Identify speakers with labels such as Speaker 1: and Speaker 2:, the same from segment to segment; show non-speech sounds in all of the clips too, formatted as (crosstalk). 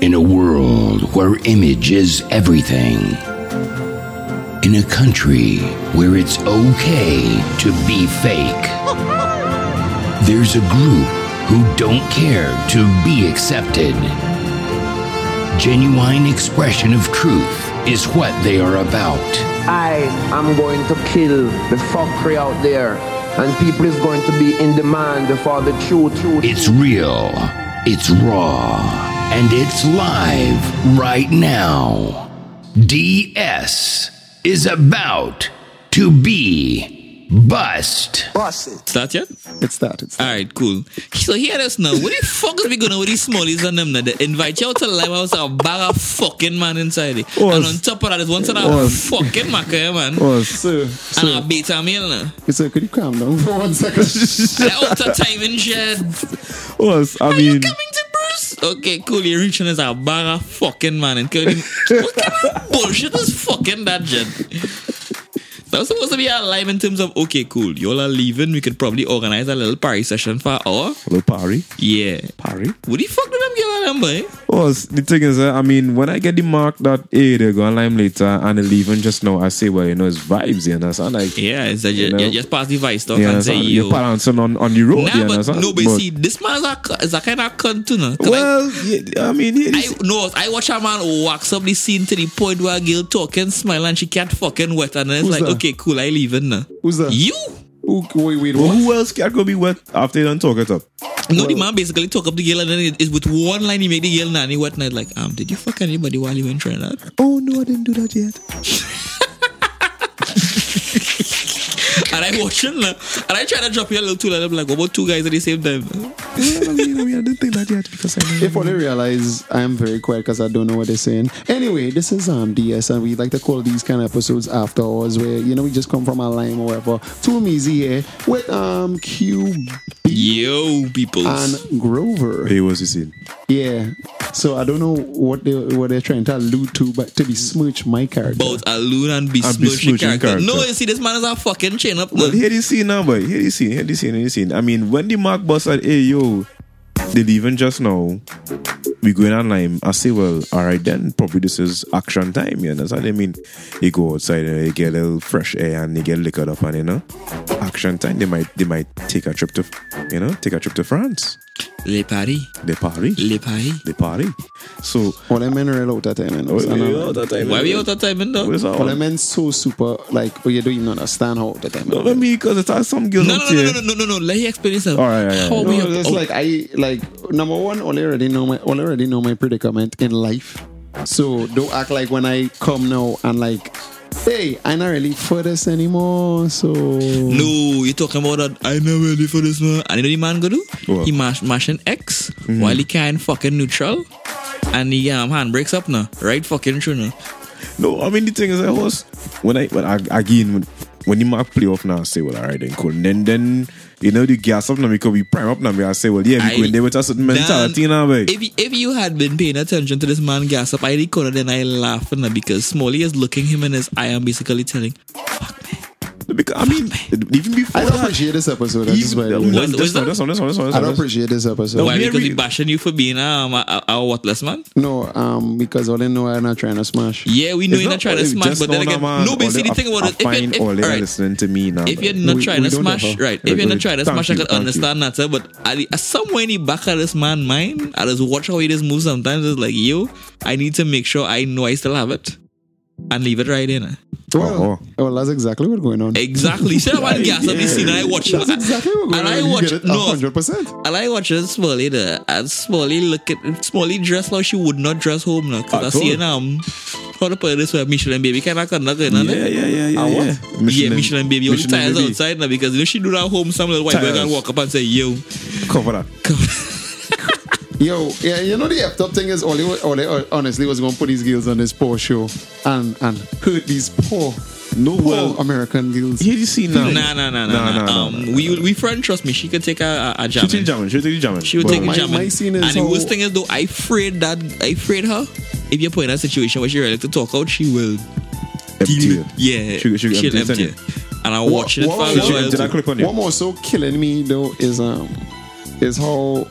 Speaker 1: In a world where image is everything. In a country where it's okay to be fake. There's a group who don't care to be accepted. Genuine expression of truth is what they are about.
Speaker 2: I am going to kill the fuckery out there, and people is going to be in demand for the truth. truth.
Speaker 1: It's real, it's raw, and it's live right now. DS is about to be bust.
Speaker 3: Start yet?
Speaker 4: It started.
Speaker 3: Alright, cool. So here us now. What the fuck is we gonna with these smallies and them now? They invite you out to Limehouse and a bag of fucking man inside it. And
Speaker 4: Was.
Speaker 3: on top of that, there's one set of
Speaker 4: Was.
Speaker 3: fucking maca, yeah, man.
Speaker 4: Oh, sir, sir,
Speaker 3: And a beta meal now.
Speaker 4: sir, could you calm down for one second?
Speaker 3: They're out of time and
Speaker 4: (laughs)
Speaker 3: shit.
Speaker 4: Was I
Speaker 3: Are you
Speaker 4: mean,
Speaker 3: coming to Bruce? Okay, cool. You're reaching us a bag of fucking man and killing him. What kind of bullshit is fucking that shit? That was supposed to be our live in terms of okay, cool. Y'all are leaving. We could probably organize a little party session for an hour.
Speaker 4: hello, Parry,
Speaker 3: Yeah.
Speaker 4: Parry.
Speaker 3: What the fuck did them give a number? Eh?
Speaker 4: Was the thing is, uh, I mean, when I get the mark that hey, they're going lime later and they're leaving just now, I say, well, you know, it's vibes, you understand? Like,
Speaker 3: Yeah, it's that you,
Speaker 4: You know?
Speaker 3: you just pass the vice stuff
Speaker 4: you
Speaker 3: and say
Speaker 4: understand? You're
Speaker 3: yo.
Speaker 4: balancing on, on the road, you
Speaker 3: Nah, but
Speaker 4: understand?
Speaker 3: no, but, see, this man's a cu- is a kind of cunt too, nah. 'Cause I-
Speaker 4: well, yeah, I mean, here
Speaker 3: I
Speaker 4: is,
Speaker 3: no, I watch a man wax up the scene to the point where a girl talking, smile, and she can't fucking wet, and then it's
Speaker 4: Who's
Speaker 3: like,
Speaker 4: that?
Speaker 3: okay, cool, I leaving now.
Speaker 4: who's that?
Speaker 3: You?
Speaker 4: Who, wait, wait, who else can go be wet after they done talk it up?
Speaker 3: No, the man basically talk up the girl, and then it, it's with one line he made the girl nanny wet, and it's like, um, did you fuck anybody while you were in Trinidad?
Speaker 4: Oh no, I didn't do that yet.
Speaker 3: (laughs) and I watching now, and I try to drop you a little too, and I'm like, what about two guys at the same time?
Speaker 4: Well, I mean, I mean, I didn't think that yet because I know.
Speaker 5: If only realize I am very quiet because I don't know what they're saying. Anyway, this is um DS and we like to call these kind of episodes after hours where you know we just come from our lime or whatever. Two easy here with um QB
Speaker 3: Yo, peoples.
Speaker 5: and Grover.
Speaker 4: Hey, what's he saying?
Speaker 5: Yeah. So I don't know what they what they're trying to allude to, but to besmirch my character.
Speaker 3: about a loon and besmirch the
Speaker 4: besmirching
Speaker 3: character.
Speaker 4: character.
Speaker 3: No, you see, this man is a fucking chain up.
Speaker 4: Well,
Speaker 3: man.
Speaker 4: here you see now, boy. Here you see, here you see, here you see. I mean, when the Mark boss said, hey, yo, they leaving just now, we going online. I say, well, all right, then probably this is action time, you understand? I mean, you go outside and you get a little fresh air and you get liquored up and, you know, action time. They might, they might take a trip to, you know, take a trip to France.
Speaker 3: Le Paris,
Speaker 4: They party.
Speaker 3: Le Paris.
Speaker 4: They party. So,
Speaker 5: Well, them men are all that time, man. Understand that,
Speaker 4: Oh,
Speaker 5: man?
Speaker 3: Why we out of time in though?
Speaker 4: What is that?
Speaker 5: Well, them men so super like oh you don't even understand how that time.
Speaker 4: No,
Speaker 5: man.
Speaker 4: let me, because it's not some girl
Speaker 3: No,
Speaker 4: out
Speaker 3: no, no,
Speaker 4: here.
Speaker 3: no, no, no, no, no. Let you explain yourself.
Speaker 4: All right, all right,
Speaker 3: How
Speaker 4: all
Speaker 3: we
Speaker 5: No,
Speaker 3: out-
Speaker 5: it's
Speaker 3: oh,
Speaker 5: like I like number one. All I already know my all I already know my predicament in life. So don't act like when I come now and like, hey, I'm not really for this anymore. So
Speaker 3: no, you talking about that. I never ready for this man. And you know the man gonna do?
Speaker 4: What? Mm-hmm.
Speaker 3: He mash mashing X while he can fucking neutral. And the um, hand breaks up now. Right fucking true now.
Speaker 4: No, I mean the thing is, I was when I when I again when, when the mark play off now, I say, well, all right, then cool. And then then you know the gas up now because we prime up now. we I say, well, yeah, we
Speaker 3: I-
Speaker 4: go in there with a certain mentality now, boy.
Speaker 3: If, if you had been paying attention to this man gas up, I recorded and I laughing now because Smalley is looking him in his eye and basically telling,
Speaker 4: Because
Speaker 3: (laughs)
Speaker 4: I mean, even before
Speaker 5: I don't
Speaker 4: that,
Speaker 5: appreciate this episode. That's just
Speaker 4: even,
Speaker 5: what I
Speaker 4: no,
Speaker 5: do.
Speaker 3: What- what's
Speaker 4: this one,
Speaker 3: that?
Speaker 4: this one, this one, this one, this
Speaker 5: I
Speaker 4: one,
Speaker 5: don't
Speaker 4: this one.
Speaker 5: appreciate this episode.
Speaker 3: Why?
Speaker 4: Mary-
Speaker 3: Because he bashing you for being um, a, a, a worthless man?
Speaker 5: No, um, because all I know I'm not trying to smash.
Speaker 3: Yeah, we know
Speaker 4: It's
Speaker 3: you're not trying to
Speaker 4: it's
Speaker 3: smash,
Speaker 4: just
Speaker 3: but then
Speaker 4: no, no,
Speaker 3: again,
Speaker 4: man,
Speaker 3: no, but see,
Speaker 4: Ole,
Speaker 3: the thing
Speaker 4: I-
Speaker 3: about
Speaker 4: I
Speaker 3: it, if you're,
Speaker 4: find
Speaker 3: if,
Speaker 4: Ole
Speaker 3: alright,
Speaker 4: listening to me now,
Speaker 3: if
Speaker 4: boy.
Speaker 3: you're not
Speaker 5: We-
Speaker 3: trying
Speaker 5: we
Speaker 3: to
Speaker 5: don't
Speaker 3: smash,
Speaker 5: have a-
Speaker 3: right, if
Speaker 4: Right,
Speaker 3: you're not
Speaker 4: right.
Speaker 3: trying to
Speaker 4: Thank
Speaker 3: smash,
Speaker 4: you,
Speaker 3: I can
Speaker 4: thank you.
Speaker 3: understand that, sir, but at the- at somewhere in the back of this man's mind, I just watch how he just moves sometimes. It's like, yo, I need to make sure I know I still have it and leave it right in.
Speaker 5: Well,
Speaker 4: Uh-huh.
Speaker 5: well, that's exactly what's going
Speaker 4: (laughs)
Speaker 5: on.
Speaker 3: Exactly. See that man gas up the scene and I watch
Speaker 5: That's exactly what's
Speaker 3: and
Speaker 5: going on.
Speaker 3: I
Speaker 5: You
Speaker 3: watch
Speaker 5: get it
Speaker 3: no
Speaker 5: 100%.
Speaker 3: and I watch this Smalley there. And Smalley look at Smalley dress like she would not dress home now. Cause I
Speaker 4: At
Speaker 3: see
Speaker 4: all.
Speaker 3: it um how to put it this way, Michelin baby kind of conduct it,
Speaker 4: yeah, yeah, yeah, yeah, yeah.
Speaker 3: yeah, Michelin baby. Only
Speaker 4: Michelin
Speaker 3: tires
Speaker 4: baby.
Speaker 3: outside now because you know she do that home, some little white boy
Speaker 4: Tires.
Speaker 3: can walk up and say, yo.
Speaker 4: Cover that.
Speaker 5: Yo, yeah, you know the effed up thing is Ole, Ole uh, honestly was gonna put these girls on this poor show and and hurt these poor
Speaker 4: No,
Speaker 5: poor
Speaker 4: well,
Speaker 5: American girls.
Speaker 4: here you see now.
Speaker 3: Nah, nah, nah, nah, nah. Um, we we friend trust me. She could take a a, a
Speaker 4: She
Speaker 3: jam.
Speaker 4: take the German. She take the German.
Speaker 3: She would
Speaker 4: But
Speaker 3: take a
Speaker 5: my-
Speaker 3: jam.
Speaker 5: my scene is
Speaker 3: and the
Speaker 5: how-
Speaker 3: worst thing is though, I afraid that I afraid her. If you put in a situation where she really to talk out, she will.
Speaker 4: empty it.
Speaker 3: Yeah,
Speaker 4: She- she
Speaker 3: she'll
Speaker 4: empty it,
Speaker 3: empty.
Speaker 4: isn't
Speaker 3: it. And I watch it for a
Speaker 5: what-
Speaker 4: She
Speaker 3: while.
Speaker 4: empty that clip on you.
Speaker 5: What more so killing me though is um is how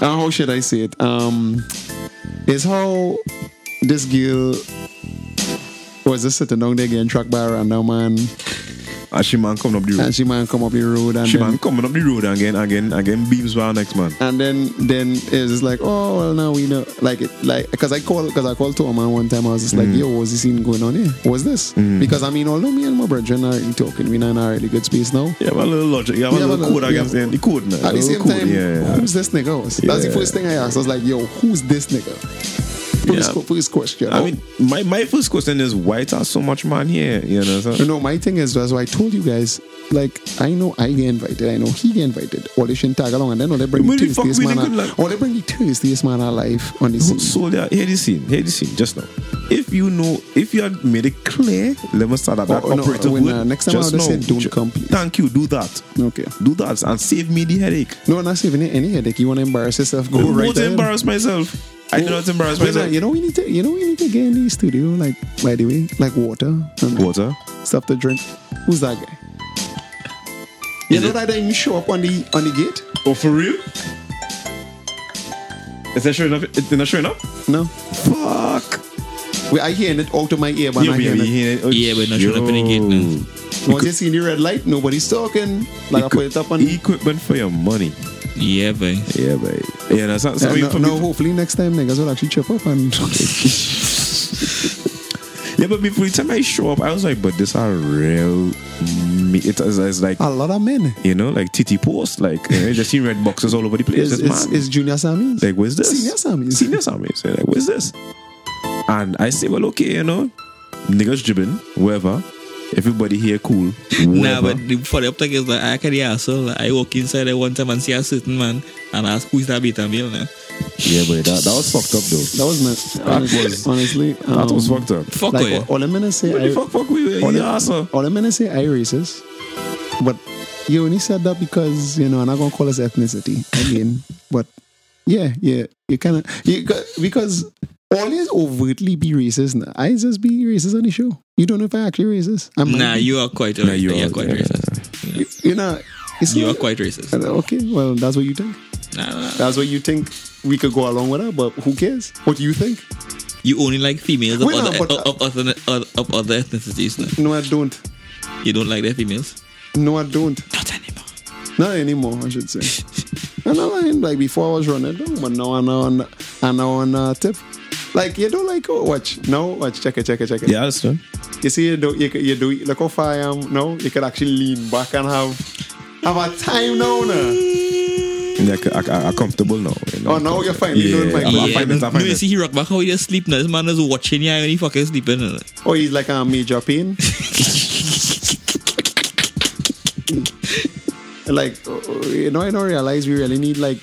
Speaker 5: uh, how should I say it? Um, is how this girl was just sitting down there getting tracked by a random man,
Speaker 4: And she man coming up the road.
Speaker 5: and she man come up the road and
Speaker 4: She
Speaker 5: then,
Speaker 4: man coming up the road again, again, again. Beams by next man.
Speaker 5: and then then it's just like oh well now we know like it like because I call because I called to a man one time I was just
Speaker 4: Mm.
Speaker 5: like yo what's this even going on here what's this because I mean although me and my brethren are talking we not in a really good space now
Speaker 4: Yeah, but a little logic. Yeah, but
Speaker 5: Yeah,
Speaker 4: a
Speaker 5: but
Speaker 4: little
Speaker 5: a-
Speaker 4: code against
Speaker 5: yeah.
Speaker 4: them. The code now.
Speaker 5: At the same time,
Speaker 4: yeah, yeah.
Speaker 5: who's this nigga? was? That's the
Speaker 4: Yeah.
Speaker 5: first thing I asked. I was like, yo, who's this nigga? First,
Speaker 4: Yeah.
Speaker 5: qu- first question.
Speaker 4: I mean, my, my first question is why is there so much man here? You know, so
Speaker 5: you know, my thing is, that's why I told you guys, like, I know I get invited, I know he get invited. Audition tag along, and then all they bring the
Speaker 4: Where the fuck
Speaker 5: Thursday's
Speaker 4: we
Speaker 5: man,
Speaker 4: didn't
Speaker 5: al-
Speaker 4: good luck?
Speaker 5: or they bring the Thursday's man alive on the scene.
Speaker 4: so yeah, hear the scene, hear the scene just now. If you know, if you had made it clear, let me start at that
Speaker 5: Oh, no,
Speaker 4: operative
Speaker 5: when,
Speaker 4: word.
Speaker 5: uh, next time I
Speaker 4: just
Speaker 5: would have
Speaker 4: now.
Speaker 5: said, don't
Speaker 4: Ju-
Speaker 5: come, please.
Speaker 4: Thank you, do that.
Speaker 5: Okay.
Speaker 4: Do that and save me the headache.
Speaker 5: No, not saving it any headache. You want to embarrass yourself? Go
Speaker 4: I
Speaker 5: right
Speaker 4: won't
Speaker 5: ahead.
Speaker 4: embarrass myself. I do not embarrass
Speaker 5: Why not?
Speaker 4: myself.
Speaker 5: You know we need to. You know we need to get in the studio. Like by the way, like water and
Speaker 4: Water.
Speaker 5: stuff to drink. Who's that guy? You
Speaker 3: Is
Speaker 5: know
Speaker 3: it-
Speaker 5: that didn't show up on the on the gate?
Speaker 4: Oh, for real? Is that showing up? It's not showing up?
Speaker 5: No.
Speaker 4: Fuck.
Speaker 5: Wait, I hearing it out of my ear, but
Speaker 4: Yeah,
Speaker 5: I
Speaker 4: baby,
Speaker 5: hearing it.
Speaker 4: hear it. Oh,
Speaker 3: Yeah, but not showing up in the gate
Speaker 4: yo.
Speaker 3: now.
Speaker 5: Once you see the red light, nobody's talking. Like I put it up on.
Speaker 4: Equipment for your money.
Speaker 3: Yeah, boy.
Speaker 4: Yeah, but yeah, that's not
Speaker 5: Yeah,
Speaker 4: something
Speaker 5: no,
Speaker 4: for
Speaker 5: no,
Speaker 4: me.
Speaker 5: hopefully next time niggas will actually chip up and (laughs)
Speaker 4: Yeah, but before the time I show up, I was like, but this are real. Me. It is it's like
Speaker 5: a lot of men.
Speaker 4: you know, like TT post, like you know, you just see red boxes all over the place.
Speaker 5: It's,
Speaker 4: It's,
Speaker 5: it's,
Speaker 4: mad.
Speaker 5: it's junior Sammy's.
Speaker 4: like, where's this?
Speaker 5: Senior Sammy's.
Speaker 4: Senior Sammy. So like, where's this? And I say, well, okay, you know, niggas jibbing, wherever. Everybody here cool.
Speaker 3: Nah,
Speaker 4: whatever.
Speaker 3: but the, for the uptake is like, I can't hear so like, I walk inside there one time and see a certain man and ask who is that beta male now.
Speaker 4: yeah, but that, that was fucked up though.
Speaker 5: That was my.
Speaker 4: was-
Speaker 5: Honest, honestly, um,
Speaker 4: That was fucked up.
Speaker 3: Fuck
Speaker 5: Like,
Speaker 3: yeah.
Speaker 4: oh,
Speaker 5: all, all I'm gonna say,
Speaker 4: What
Speaker 5: I,
Speaker 4: the fuck, fuck, we
Speaker 5: all,
Speaker 4: were
Speaker 5: I'm- all I'm gonna say, I racist. But you only said that because you know, I'm not gonna call us ethnicity
Speaker 3: (laughs)
Speaker 5: again. but yeah, yeah, you kind of you got- because always overtly be racist. Now. I just be racist on the show. You don't know if I actually racist. I'm not.
Speaker 3: Nah, you are quite racist.
Speaker 4: you
Speaker 3: you, are,
Speaker 4: are-
Speaker 3: quite
Speaker 4: yeah.
Speaker 3: racist. Yeah.
Speaker 5: you know, it's
Speaker 3: You are
Speaker 5: not-
Speaker 3: quite racist.
Speaker 5: Okay, well, that's what you think.
Speaker 3: Nah, nah. nah.
Speaker 5: That's what you think we could go along with that, but who cares? What do you think?
Speaker 3: You only like females of
Speaker 5: Wait, nah,
Speaker 3: other,
Speaker 5: but-
Speaker 3: of, of other of other ethnicities now.
Speaker 5: No, I don't.
Speaker 3: You don't like their females?
Speaker 5: No, I don't.
Speaker 3: Not anymore.
Speaker 5: Not anymore, I should
Speaker 4: (laughs)
Speaker 5: say. And I'm lying, like before I was running down, but now I know on I know on uh, tip. Like you don't like oh, watch. No, watch, check it, check it, check it.
Speaker 4: Yeah, that's done.
Speaker 5: You see you do you, c- you do look how far I am now, you can actually lean back and have have a time now. nah.
Speaker 4: Like, I, I, I'm comfortable now. You know?
Speaker 5: Oh now you're finally
Speaker 4: Yeah,
Speaker 5: doing like
Speaker 4: I'm-
Speaker 5: that.
Speaker 4: I'm
Speaker 3: Yeah,
Speaker 4: fine, I'm
Speaker 3: no,
Speaker 4: fine.
Speaker 3: you see, he rock back how he just sleep now. This man is watching you and he fucking sleeping. now.
Speaker 5: Oh he's like a major pain. like oh, oh, you know, I don't realize we really need like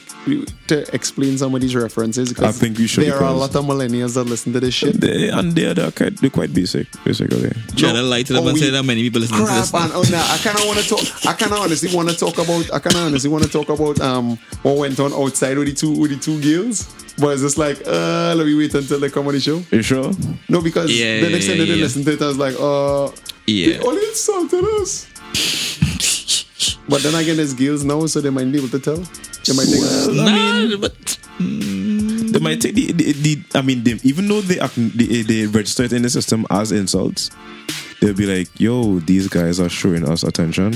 Speaker 5: to explain some of these references because
Speaker 4: I think we should,
Speaker 5: there are a
Speaker 4: because-
Speaker 5: lot of millennials that listen to this shit.
Speaker 4: They, and they're, they're, quite, they're quite basic, basically.
Speaker 3: Trying to lie to them
Speaker 5: Oh,
Speaker 3: and
Speaker 5: we-
Speaker 3: say that many people listen to
Speaker 5: crap
Speaker 3: this.
Speaker 5: and oh, nah, I kind of want to talk. I kind of honestly want to talk about. I kind of honestly want to talk about um what went on outside with the two with the two girls. But it's just like uh let me wait until they come on the show.
Speaker 4: You sure?
Speaker 5: No, because
Speaker 3: Yeah,
Speaker 5: the
Speaker 3: yeah,
Speaker 5: next time they
Speaker 3: yeah,
Speaker 5: didn't
Speaker 3: yeah.
Speaker 5: listen to it, I was like uh
Speaker 3: Yeah.
Speaker 5: the audience insulted us. But then again, there's girls now, so they might be able to tell. They might think.
Speaker 4: Well, I mean,
Speaker 3: Nah, but
Speaker 4: they might take the, the, the I mean, they, even though they, ac- they they register it in the system as insults, they'll be like, "Yo, these guys are showing us attention."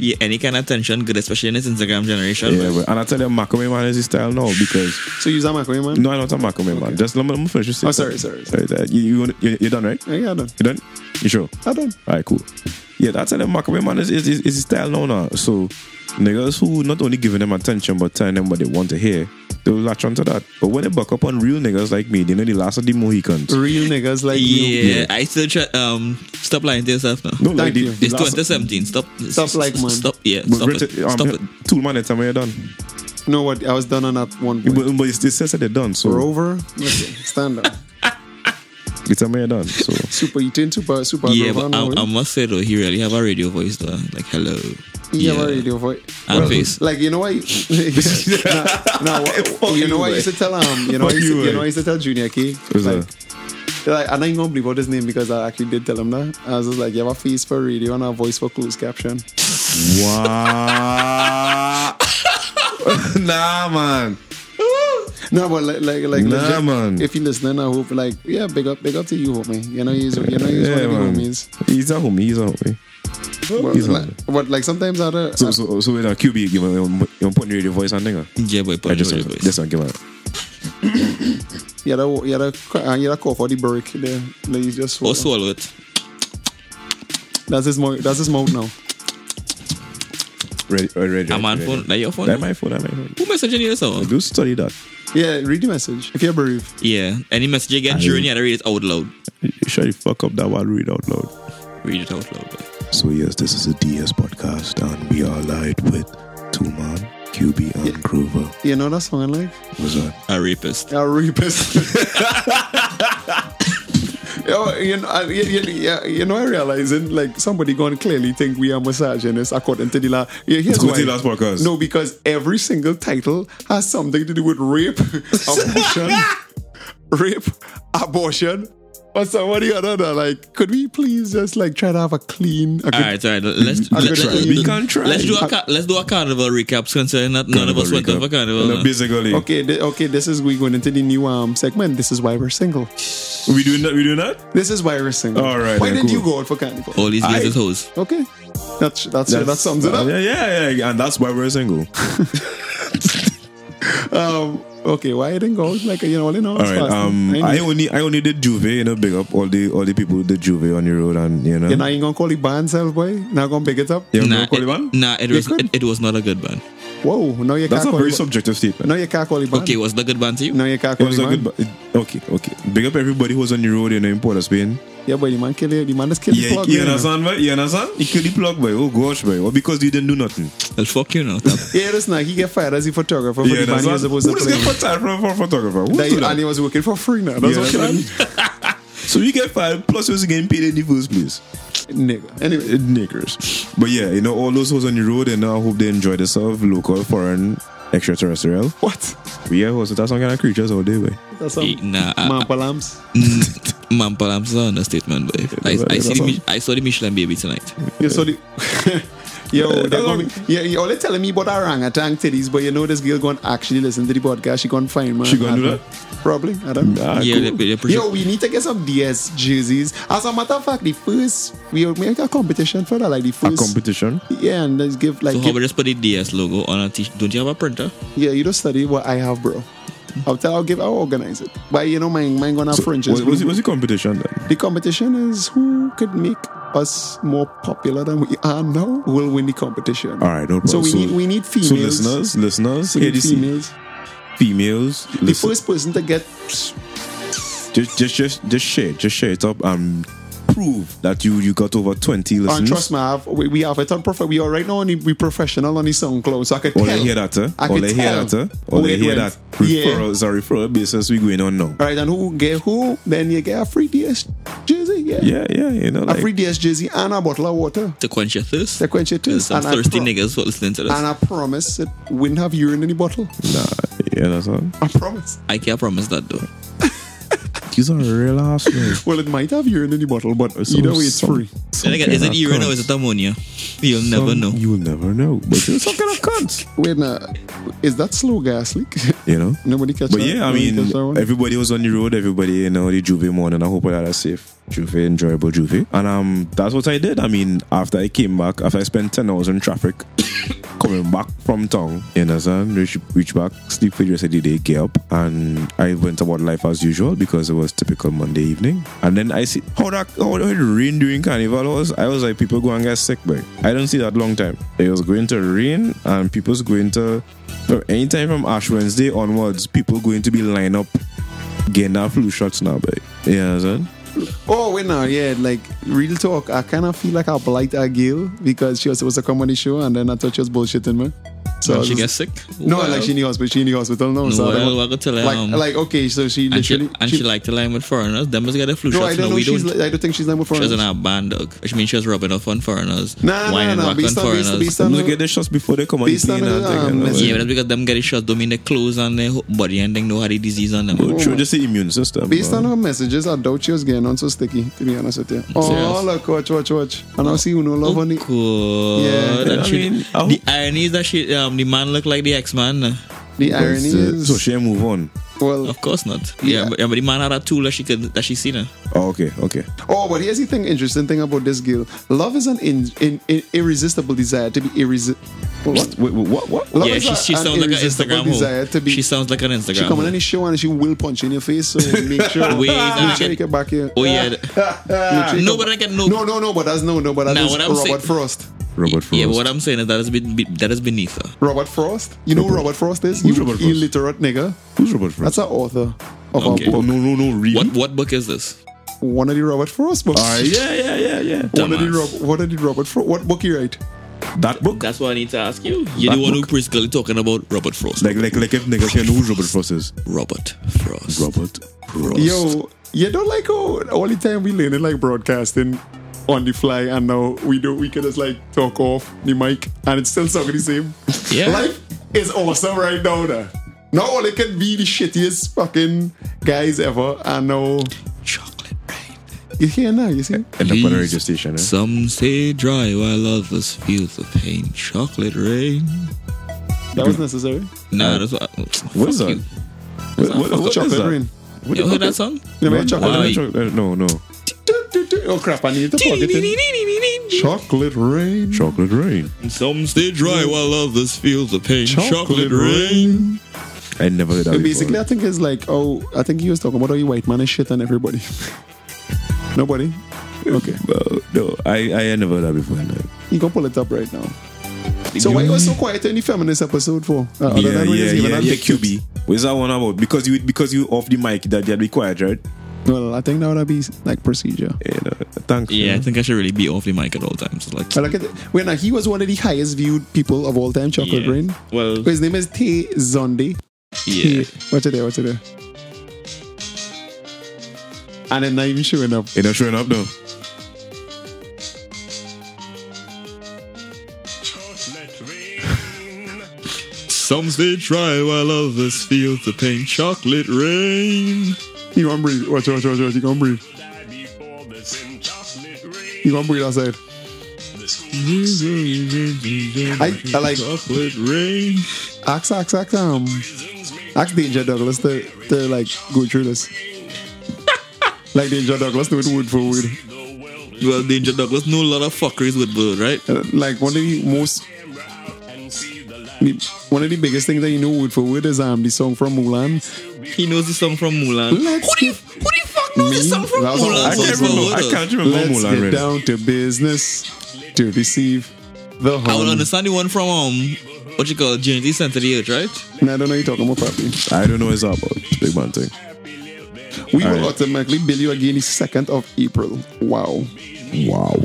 Speaker 3: yeah, any kind of attention good, especially in this Instagram generation.
Speaker 4: Yeah, but, and I tell them, Makome man is his style now because
Speaker 5: So you Zama man.
Speaker 4: no, I don't talk Makome man. Just let me, let me finish. this
Speaker 5: Oh,
Speaker 4: statement.
Speaker 5: sorry, sorry,
Speaker 4: Uh, You, you wanna- you you done right?
Speaker 5: I got done.
Speaker 4: You done? You sure?
Speaker 5: I done.
Speaker 4: All right, cool. Yeah, that's how the Makaway man is, is, is his style now, now. So, niggas who not only giving them attention but telling them what they want to hear, they'll latch onto that. But when they buck up on real niggas like me, they know the last of the Mohicans.
Speaker 5: Real niggas like you.
Speaker 3: Yeah, I still try. Um, stop lying to yourself now.
Speaker 4: No, like
Speaker 5: Thank
Speaker 4: the,
Speaker 5: you.
Speaker 4: the
Speaker 3: It's
Speaker 4: last-
Speaker 3: 2017. Stop.
Speaker 5: Stop like, man.
Speaker 3: Stop. Yeah.
Speaker 4: but
Speaker 3: Stop it.
Speaker 4: Richard, um,
Speaker 3: Stop it.
Speaker 4: Tool man, tell me you're done.
Speaker 5: No, what I was done on that one.
Speaker 4: But,
Speaker 5: Point.
Speaker 4: but it's- they says that they're done, so
Speaker 5: Rover, okay, stand up.
Speaker 4: they tell me you're done. So,
Speaker 5: Super, you didn't super, super.
Speaker 3: Yeah,
Speaker 5: Rover,
Speaker 3: but um,
Speaker 5: no,
Speaker 3: I, I
Speaker 5: eh?
Speaker 3: must say though, he really have a radio voice though. Like hello.
Speaker 5: Yeah, my radio voice.
Speaker 3: And face.
Speaker 5: Like you know (laughs) why? nah, nah,
Speaker 4: (laughs)
Speaker 5: what-
Speaker 4: Fuck
Speaker 5: you
Speaker 4: you,
Speaker 5: know why I
Speaker 4: boy.
Speaker 5: used to tell um, you know, I
Speaker 4: Fuck
Speaker 5: used
Speaker 4: you,
Speaker 5: to, you
Speaker 4: boy.
Speaker 5: know, I used to tell Junior K.
Speaker 4: Who's
Speaker 5: Like,
Speaker 4: that?
Speaker 5: like, and I ain't gonna believe out his name because I actually did tell him that. I was just like, you have a face for radio and a voice for closed caption.
Speaker 3: (laughs)
Speaker 4: wow. nah, man.
Speaker 5: No, but like, like, like
Speaker 4: Nah,
Speaker 5: legit,
Speaker 4: man.
Speaker 5: If you listening, I hope like yeah, big up, big up to you, homie. You know, he's you know he's one of the
Speaker 4: man.
Speaker 5: homies.
Speaker 4: He's a homie. He's a homie.
Speaker 5: But
Speaker 4: He's
Speaker 5: like,
Speaker 4: one.
Speaker 5: but like sometimes other
Speaker 4: So, so, so with a QB, you know, you're putting radio voice on thing.
Speaker 3: Yeah, boy,
Speaker 4: I
Speaker 3: put
Speaker 4: just,
Speaker 3: just,
Speaker 4: just don't give up.
Speaker 5: yeah, that yeah, that uh, yeah, that call for the break there. Like, he's just
Speaker 3: Or swallow it.
Speaker 5: that's his mouth. That's his mouth now.
Speaker 4: Ready, ready, ready.
Speaker 3: I'm on
Speaker 4: ready.
Speaker 3: phone. That your phone?
Speaker 4: That my phone. That my phone.
Speaker 3: Who messaging you this
Speaker 4: I
Speaker 3: one?
Speaker 4: do study that.
Speaker 5: Yeah, read the message if you're bereaved.
Speaker 3: Yeah. Any message you get during, you gotta read it out loud.
Speaker 4: You Shut the fuck up. That one read out loud.
Speaker 3: Read it out loud. boy.
Speaker 4: So yes, this is a DS podcast, and we are live with two man QB and Grover.
Speaker 5: You know that song I like?
Speaker 4: What's that?
Speaker 3: A rapist.
Speaker 5: A rapist. (laughs) Yo, you know, I, you, you, yeah, you know, I realizing like somebody gonna clearly think we are misogynists according to the last. Yeah, here's
Speaker 4: According to
Speaker 5: why.
Speaker 4: the last podcast.
Speaker 5: No, because every single title has something to do with
Speaker 4: (laughs)
Speaker 5: rape, abortion, rape, abortion, or somebody other. that, Like, could we please just like try to have a clean? A good,
Speaker 3: All right, all right. Let's
Speaker 5: I
Speaker 3: let,
Speaker 5: could
Speaker 3: let,
Speaker 5: try.
Speaker 4: We can try.
Speaker 3: Let's do a ca- let's do a carnival recap considering that none of us went up for carnival.
Speaker 4: No,
Speaker 3: no.
Speaker 4: basically,
Speaker 5: Okay, th- okay. This is we going into the new um segment. This is why we're single.
Speaker 4: we doing that. We doing that.
Speaker 5: This is why we're single.
Speaker 4: All right,
Speaker 5: Why
Speaker 4: then,
Speaker 5: did
Speaker 4: cool.
Speaker 5: you go out for carnival?
Speaker 3: All these guys is hoes.
Speaker 5: Okay. That's that's, that sums it up.
Speaker 4: Yeah, yeah, yeah, and that's why we're single.
Speaker 5: (laughs) Um, okay, why I didn't go? Like you know, all in all,
Speaker 4: All
Speaker 5: it's
Speaker 4: right.
Speaker 5: fast.
Speaker 4: Um,
Speaker 5: I,
Speaker 4: I
Speaker 5: ain't-
Speaker 4: only I only did Juve. You know, big up all the all the people who did Juve on the road, and you know,
Speaker 5: you know, I ain't gonna call it band self boy. Now gonna pick it up.
Speaker 3: Nah,
Speaker 4: you know, call
Speaker 3: it,
Speaker 4: it one?
Speaker 3: nah, it
Speaker 5: You
Speaker 3: was
Speaker 5: could.
Speaker 3: it, it was not a good band.
Speaker 5: Whoa, no, you
Speaker 4: That's
Speaker 5: can't
Speaker 4: a
Speaker 5: call
Speaker 4: very
Speaker 5: it. ba-
Speaker 4: subjective statement.
Speaker 5: no, you can't call it band.
Speaker 3: Okay, was the good band to you?
Speaker 5: No, you can't
Speaker 4: It
Speaker 5: call it,
Speaker 4: was a
Speaker 5: band.
Speaker 4: good. bu- Okay, okay. Big up everybody who was on the road you know, in Port of Spain.
Speaker 5: Yeah, but the man kill it. The man just kill the
Speaker 4: Yeah,
Speaker 5: plug.
Speaker 4: you
Speaker 5: you know.
Speaker 4: understand, boy? You understand? He killed the plug, boy. Oh gosh, boy. Well, because he didn't do nothing.
Speaker 3: Well, fuck you now. Tab.
Speaker 5: Yeah, that's not. He get fired as a photographer for
Speaker 4: Yeah,
Speaker 5: the band
Speaker 4: that's
Speaker 5: he was
Speaker 4: what.
Speaker 5: supposed to
Speaker 4: Who's
Speaker 5: play.
Speaker 4: get fired for, for photographer? Who's
Speaker 5: That
Speaker 4: do
Speaker 5: he,
Speaker 4: that?
Speaker 5: and he was working for free now. That's
Speaker 4: Yeah,
Speaker 5: what
Speaker 4: that's
Speaker 5: killing
Speaker 4: (laughs) So you get fired. Plus, you was getting paid in the first place.
Speaker 5: nigga. Anyway,
Speaker 4: it niggers. But yeah, you know, all those who's on the road, and I hope they enjoy themselves, local, foreign, extraterrestrial.
Speaker 5: what?
Speaker 4: We are hosted that some kind of creatures all day, way.
Speaker 5: That's some
Speaker 3: Eh, Nah, I-
Speaker 5: man palams.
Speaker 3: Mm, Man, Palam's an understatement, boy. I,
Speaker 4: that's
Speaker 3: I, see the,
Speaker 4: all.
Speaker 3: Mi- I saw the Michelin baby tonight.
Speaker 5: You saw the. (laughs)
Speaker 4: (laughs)
Speaker 5: Yo, they're
Speaker 4: that's
Speaker 5: gonna be, yeah, you all they telling me about orangutan titties, but you know this girl gonna actually listen to the podcast. She gonna find man.
Speaker 4: She gonna do
Speaker 5: I- Probably. I don't know.
Speaker 4: Ah,
Speaker 3: yeah,
Speaker 4: cool.
Speaker 3: they, they appreciate-
Speaker 5: Yo, we need to get some DS jerseys. As a matter of fact, the first we will make a competition for that, like the
Speaker 4: A
Speaker 5: first.
Speaker 4: competition.
Speaker 5: yeah, and let's give like
Speaker 3: So how about
Speaker 5: give-
Speaker 3: just put the DS logo on a t-shirt? Don't you have a printer?
Speaker 5: yeah, you don't study what I have, bro. I'll tell, I'll give, I'll organize it. But you know, mine, mine gonna have fringes.
Speaker 4: What- What's, the- what's the competition then?
Speaker 5: the competition is who could make us more popular than we are now will win the competition.
Speaker 4: All right, no problem.
Speaker 5: So we need we need females.
Speaker 4: So listeners, listeners,
Speaker 5: We need
Speaker 4: ADC,
Speaker 5: females.
Speaker 4: females,
Speaker 5: The
Speaker 4: listen,
Speaker 5: first person to get
Speaker 4: just, just, just, just share, just share it up and prove that you you got over twenty
Speaker 5: and
Speaker 4: listeners.
Speaker 5: trust me, I have, we, we have it on prof. We are right now on the, we professional on the SoundCloud, so I could
Speaker 4: All
Speaker 5: tell.
Speaker 4: they hear that, eh?
Speaker 5: I
Speaker 4: All
Speaker 5: could
Speaker 4: they hear
Speaker 5: tell.
Speaker 4: that, eh? All
Speaker 5: Where
Speaker 4: they
Speaker 5: it Uh,
Speaker 4: hear that.
Speaker 5: went.
Speaker 4: Referral, sorry, referral basis we going on now.
Speaker 5: All right, and who get who? Then you get a free DS jersey. Yeah,
Speaker 4: Yeah, yeah, you know,
Speaker 5: a
Speaker 4: like
Speaker 5: free DS jersey and a bottle of water.
Speaker 3: To quench your thirst?
Speaker 5: To quench your
Speaker 3: There's
Speaker 5: thirst.
Speaker 3: some
Speaker 5: And, I
Speaker 3: thirsty
Speaker 5: pro-
Speaker 3: niggas who are listening to this.
Speaker 5: and I promise it wouldn't have urine in the bottle. (laughs)
Speaker 4: nah, you understand?
Speaker 5: I promise.
Speaker 3: I can't promise that though.
Speaker 4: These are real ass
Speaker 5: (laughs)
Speaker 4: names.
Speaker 5: Well, it might have urine in the bottle, but either way, it's free.
Speaker 3: Then again, is it urine or is it ammonia? You'll never know.
Speaker 4: You will never know. But you're some kind of cunt.
Speaker 5: Wait, now, uh, is that slow gas leak? (laughs)
Speaker 4: You know?
Speaker 5: Nobody catch
Speaker 4: But
Speaker 5: that?
Speaker 4: yeah, I
Speaker 5: Nobody catch
Speaker 4: mean,
Speaker 5: that one?
Speaker 4: everybody was on the road, everybody, you know, the Juve morning. I hope all that are safe. Juve, enjoyable Juve. And um, that's what I did. I mean, after I came back, after I spent 10 hours in traffic, coming back from town, you know, son, reach, reach back, sleep for the rest of the day, get up. And I went about life as usual because it was typical Monday evening. And then I see how that, how the rain during carnival was. I was like, people go and get sick, but I don't see that long time. It was going to rain and people's going to, from anytime from Ash Wednesday onwards, people going to be lined up getting that flu shots now, but you know what I'm saying?
Speaker 5: Oh, wait now, yeah, like real talk. I kind of feel like I blight a girl because she was supposed to come on the show and then I thought she was bullshitting me. So I
Speaker 3: Don't she
Speaker 5: was-
Speaker 3: gets sick?
Speaker 5: No,
Speaker 3: Well,
Speaker 5: like she in the hospital. She in the hospital. No, so I
Speaker 3: well,
Speaker 5: don't-
Speaker 3: well, I could tell her,
Speaker 5: like,
Speaker 3: um,
Speaker 5: like okay, so she
Speaker 3: and
Speaker 5: literally.
Speaker 3: she, and she, like to line with foreigners. Them must get a flu
Speaker 5: no,
Speaker 3: shot.
Speaker 5: I don't
Speaker 3: no,
Speaker 5: know.
Speaker 3: we
Speaker 5: She's.
Speaker 3: don't.
Speaker 5: Like, I don't think she's number four.
Speaker 3: She was in a band dog, which means she was rubbing off on foreigners,
Speaker 5: Nah, nah,
Speaker 3: whining
Speaker 5: nah.
Speaker 3: back
Speaker 5: Based
Speaker 3: on
Speaker 5: on based,
Speaker 3: foreigners.
Speaker 5: based on
Speaker 4: Look at the shots before they come on the
Speaker 5: Based on
Speaker 4: plane and
Speaker 5: the,
Speaker 4: thing,
Speaker 5: um,
Speaker 4: you know,
Speaker 5: message-
Speaker 3: yeah, but
Speaker 4: like,
Speaker 3: that's because them get a shot don't mean their clothes and their ho- body and they know how the disease on them.
Speaker 5: Oh,
Speaker 4: but show just the immune system.
Speaker 5: based
Speaker 4: man.
Speaker 5: on her messages, I doubt she was getting on so sticky. To be honest with you. Oh
Speaker 3: Serious?
Speaker 5: look, watch, watch, watch. And I see you no
Speaker 3: Oh,
Speaker 5: love on it.
Speaker 3: God.
Speaker 5: Yeah,
Speaker 3: And
Speaker 4: I
Speaker 3: she-
Speaker 4: mean, I
Speaker 3: the
Speaker 4: hope-
Speaker 3: irony is that she, um, the man looked like the X Man.
Speaker 5: The irony
Speaker 4: uh, So,
Speaker 5: is,
Speaker 4: so she move on.
Speaker 5: well,
Speaker 3: Of course not. Yeah,
Speaker 5: Yeah.
Speaker 3: but, yeah, but the man had a tool that she could that she seen her.
Speaker 4: Oh, okay, okay.
Speaker 5: Oh, but here's the thing, interesting thing about this girl. Love is an in, in, in- irresistible desire to be irresistible. What?
Speaker 4: Wait, wait, what? What?
Speaker 5: Love
Speaker 3: yeah,
Speaker 5: is
Speaker 3: she,
Speaker 5: a-
Speaker 3: she
Speaker 5: an
Speaker 3: sounds like an
Speaker 5: irresistible
Speaker 3: Instagram hoe.
Speaker 5: desire to be.
Speaker 3: She sounds like an Instagram.
Speaker 5: she come on
Speaker 3: hoe.
Speaker 5: any show and she will punch you in your face.
Speaker 3: (laughs)
Speaker 5: So make sure,
Speaker 3: Wait,
Speaker 5: make sure
Speaker 3: nah.
Speaker 5: you get back here.
Speaker 3: Oh
Speaker 5: (laughs)
Speaker 3: yeah.
Speaker 5: Make sure you
Speaker 3: no,
Speaker 5: get
Speaker 3: but I
Speaker 5: back-
Speaker 3: can no.
Speaker 5: No, no, no, but that's no, no, but that's
Speaker 3: Nah, what I'm
Speaker 5: Robert
Speaker 3: saying-
Speaker 5: Frost.
Speaker 4: Robert Frost.
Speaker 3: Yeah, but what I'm saying is that is be, that is beneath her.
Speaker 5: Robert Frost. You know who Robert Frost is?
Speaker 4: Who's
Speaker 5: you
Speaker 4: Robert Frost?
Speaker 5: illiterate nigga.
Speaker 4: Who's Robert Frost?
Speaker 5: That's an author of
Speaker 3: Okay.
Speaker 5: a
Speaker 4: oh,
Speaker 5: book.
Speaker 4: no, no, no, really?
Speaker 3: What what book is this?
Speaker 5: One of the Robert Frost books.
Speaker 4: All right, Ah, yeah, yeah, yeah, yeah.
Speaker 5: One of the
Speaker 3: Dumbass.
Speaker 5: Rob, what did Robert Frost? What book he write?
Speaker 4: That book?
Speaker 3: That's what I need to ask you. You're the
Speaker 4: That
Speaker 3: one who
Speaker 4: book.
Speaker 3: basically talking about Robert Frost.
Speaker 4: Like, like, like if niggas can know who Robert Frost is.
Speaker 3: Robert Frost.
Speaker 4: Robert Frost.
Speaker 5: Yo, you don't like how all the time we learning like broadcasting on the fly, and now we do we can just like talk off the mic, and it's still sounding the same.
Speaker 3: Yeah.
Speaker 5: life is awesome right now. There, now all it can be the shittiest fucking guys ever, and now
Speaker 3: Chocolate rain.
Speaker 5: you hear now. You see,
Speaker 4: End up on a
Speaker 3: Please.
Speaker 4: radio station, eh?
Speaker 3: Some stay dry while others feel the pain. Chocolate rain.
Speaker 5: that was necessary.
Speaker 3: Nah, that's Uh, what.
Speaker 4: What is
Speaker 3: fuck
Speaker 4: that?
Speaker 3: you.
Speaker 4: What, what, what is
Speaker 5: Chocolate
Speaker 4: that?
Speaker 5: rain.
Speaker 4: What
Speaker 3: You
Speaker 4: the
Speaker 3: heard that
Speaker 4: fuck
Speaker 3: song?
Speaker 5: You know,
Speaker 4: is-
Speaker 5: chocolate.
Speaker 4: What
Speaker 3: Wow.
Speaker 5: rain.
Speaker 4: is that? Chocolate- No, no.
Speaker 5: Do, do, do. Oh crap! I need to plug it in. Chocolate rain.
Speaker 4: Chocolate rain.
Speaker 3: Some stay dry while others feel the pain. Chocolate, rain.
Speaker 4: I never heard that
Speaker 5: So
Speaker 4: before.
Speaker 5: basically, I think it's like, oh, I think he was talking about all you white man is shit on everybody. (laughs) Nobody. Okay,
Speaker 4: Well, no, I, I never heard that before. No.
Speaker 5: you can pull it up right now. So why you was so quiet in the feminist episode for? Uh, other
Speaker 4: yeah,
Speaker 5: than when
Speaker 4: yeah,
Speaker 5: it's given
Speaker 4: yeah,
Speaker 5: out
Speaker 4: yeah,
Speaker 5: dick pics.
Speaker 4: QB. What's that one about? Because you because you off the mic that they'd be quiet, right?
Speaker 5: Well, I think that would be like procedure.
Speaker 4: Yeah, no, thanks.
Speaker 3: Yeah, I
Speaker 4: man.
Speaker 3: think I should really be off the mic at all times. Like,
Speaker 5: But like, wait, now he was one of the highest viewed people of all time. Chocolate
Speaker 3: yeah.
Speaker 5: Rain.
Speaker 3: Well,
Speaker 5: His name is Tay Zondi.
Speaker 3: yeah.
Speaker 5: Watch it there. Watch it there. And then not even showing up.
Speaker 4: It not showing up though.
Speaker 3: Some stay dry while others feel the pain. Chocolate rain.
Speaker 5: He gonna breathe. Watch, watch, watch, watch. He gonna breathe. He gonna breathe outside. I, I like
Speaker 3: Chocolate rain.
Speaker 5: ask, ask, ask, um, ask Danger Douglas to, to like go through this. (laughs) like Danger Douglas do it word for word.
Speaker 3: Well, Danger Douglas know a lot of fuckeries with bird, right?
Speaker 5: Uh, Like one of the most, the- one of the biggest things that you know word for word is um the song from Mulan.
Speaker 3: He knows the song from Mulan.
Speaker 5: Let's
Speaker 3: who do you,
Speaker 5: get-
Speaker 3: who the fuck knows the
Speaker 5: Me?
Speaker 3: song from
Speaker 5: That was all-
Speaker 3: Mulan?
Speaker 5: I can't
Speaker 3: songs from
Speaker 5: remember.
Speaker 4: I
Speaker 3: Mulan?
Speaker 4: can't remember
Speaker 5: Let's
Speaker 4: Mulan
Speaker 5: get
Speaker 4: really.
Speaker 5: down to business to receive the
Speaker 3: I would
Speaker 5: home.
Speaker 3: understand the one from um, what you call Genesis Center the Earth, right?
Speaker 5: And I don't know what you're talking about properly.
Speaker 4: I don't know what's up about Big Man thing.
Speaker 5: We will
Speaker 4: right.
Speaker 5: automatically bill you again the second of April. Wow.
Speaker 4: Wow.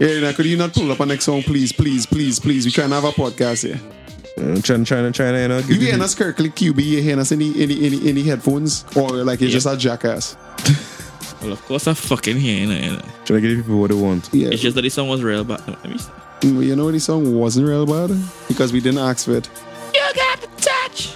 Speaker 5: Yeah, now could you not pull up our next song, please, please, please, please? We trying to have a podcast here.
Speaker 4: Uh, China, China, China, you know. give
Speaker 5: You
Speaker 4: me-
Speaker 5: hearing us correctly, QB? You hearing us in the, in the, in the, in the headphones? Or like you're
Speaker 3: Yeah.
Speaker 5: just a jackass?
Speaker 3: Well, of course I fucking hear you know, you know.
Speaker 4: Trying to give people what they want.
Speaker 5: Yeah.
Speaker 3: It's just that the song was real, but let me.
Speaker 5: Mm, you know what the song wasn't real bad? Because we didn't ask for it.
Speaker 3: You got the touch.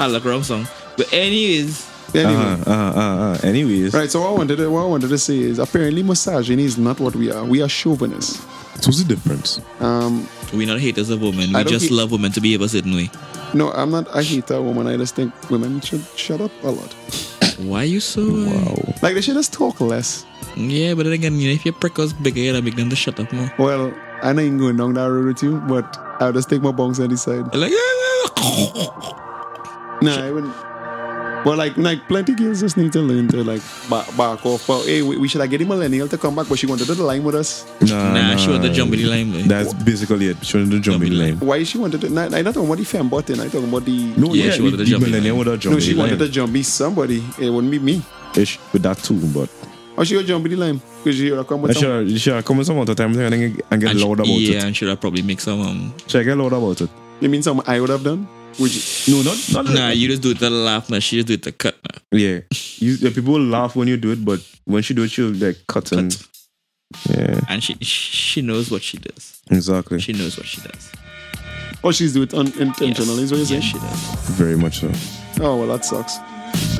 Speaker 3: I like Ah, wrong song, but anyways,
Speaker 5: Anyway.
Speaker 4: Uh, uh, uh, uh. Anyways,
Speaker 5: Right, so what I, wanted to, what I wanted to say is apparently misogyny is not what we are. We are chauvinists.
Speaker 4: so what's the difference?
Speaker 5: Um,
Speaker 3: we're not haters of women.
Speaker 5: I
Speaker 3: We
Speaker 5: don't
Speaker 3: just
Speaker 5: hate-
Speaker 3: love women to be able to sit in way.
Speaker 5: no, I'm not I hate that woman. I just think women should shut up a lot.
Speaker 3: Why you so? uh,
Speaker 4: Wow.
Speaker 5: Like they should just talk less.
Speaker 3: Yeah, but then again, you know, if your prick was bigger, you'd have make them to shut up more.
Speaker 5: Well, I know you going down that road with you, but I'll just take my bongs on the side.
Speaker 3: Like, (laughs)
Speaker 5: Nah, I wouldn't. But like, like plenty girls just need to learn to like back, back off. But hey, we, we should have get a millennial to come back, but she wanted to do the line with us.
Speaker 4: Nah,
Speaker 3: nah, she want to jump in the limelight.
Speaker 4: That's basically it. Showing the jump in
Speaker 3: Jump in
Speaker 4: line.
Speaker 5: Why she wanted to? Not, I'm not talking about the femme button. I'm talking about the.
Speaker 4: No,
Speaker 3: Yeah,
Speaker 4: yeah,
Speaker 3: she
Speaker 4: the-
Speaker 3: wanted to
Speaker 4: the
Speaker 3: jump in
Speaker 4: millennial
Speaker 3: line.
Speaker 4: would have
Speaker 5: no,
Speaker 4: jumped
Speaker 5: she
Speaker 4: in
Speaker 5: wanted to
Speaker 4: line.
Speaker 5: jump be somebody. It wouldn't be me.
Speaker 4: Ish, With that too, but
Speaker 5: Or she would jump be the line because she would come
Speaker 4: I
Speaker 5: with some.
Speaker 4: should, should I come in some other time and get- and get
Speaker 3: And sh-
Speaker 4: loud about
Speaker 3: yeah,
Speaker 4: it.
Speaker 3: and should I probably make some? Um,
Speaker 4: Should I get loud about it?
Speaker 5: You mean something I would have done? Would you?
Speaker 4: No, not not.
Speaker 3: nah, you just do it to laugh, now. She just do it to cut. Now.
Speaker 4: Yeah, you, the people will laugh when you do it, but when she do it, she'll like cut and yeah,
Speaker 3: And she she knows what she does.
Speaker 4: exactly,
Speaker 3: She knows what she does.
Speaker 5: Or Oh, she's do it unintentionally. Is what you're saying?
Speaker 3: Yes, she does.
Speaker 4: very much so.
Speaker 5: Oh well, that sucks.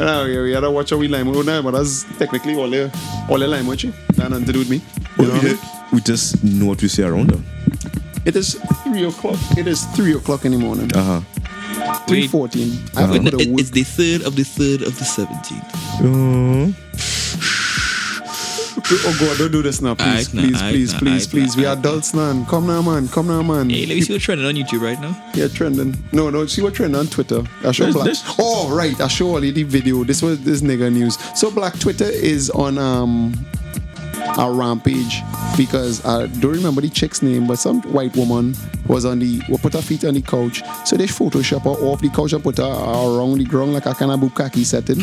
Speaker 5: Oh yeah, we had to watch how we lime. Oh no, but that's technically all the all the lime, which that nothing to do with me. You know what I mean?
Speaker 4: we just know what we see around them.
Speaker 5: It is three o'clock. It is three o'clock in the morning.
Speaker 4: Uh huh.
Speaker 5: Three fourteen.
Speaker 3: But
Speaker 5: I haven't
Speaker 3: no,
Speaker 5: put a
Speaker 3: it-
Speaker 5: word.
Speaker 3: it's the third of the third of the 17th.
Speaker 5: Oh God! Don't do this now, please,
Speaker 3: Aight, nah,
Speaker 5: please,
Speaker 3: aight,
Speaker 5: please,
Speaker 3: nah,
Speaker 5: please,
Speaker 3: aight,
Speaker 5: please.
Speaker 3: nah,
Speaker 5: we are
Speaker 3: aight,
Speaker 5: adults, man. Come now, man. Come now, man.
Speaker 3: Hey, let me see what's trending on YouTube right now.
Speaker 5: Yeah, trending. No, no, see what trending on Twitter. I show
Speaker 4: This-
Speaker 5: black.
Speaker 4: this-
Speaker 5: Oh, right. I show already the video. This was this nigga news. So black Twitter is on um a rampage because I don't remember the chick's name, but some white woman was on the well, put her feet on the couch. So they Photoshop her off the couch and put her around the ground like a kind of bukkake setting,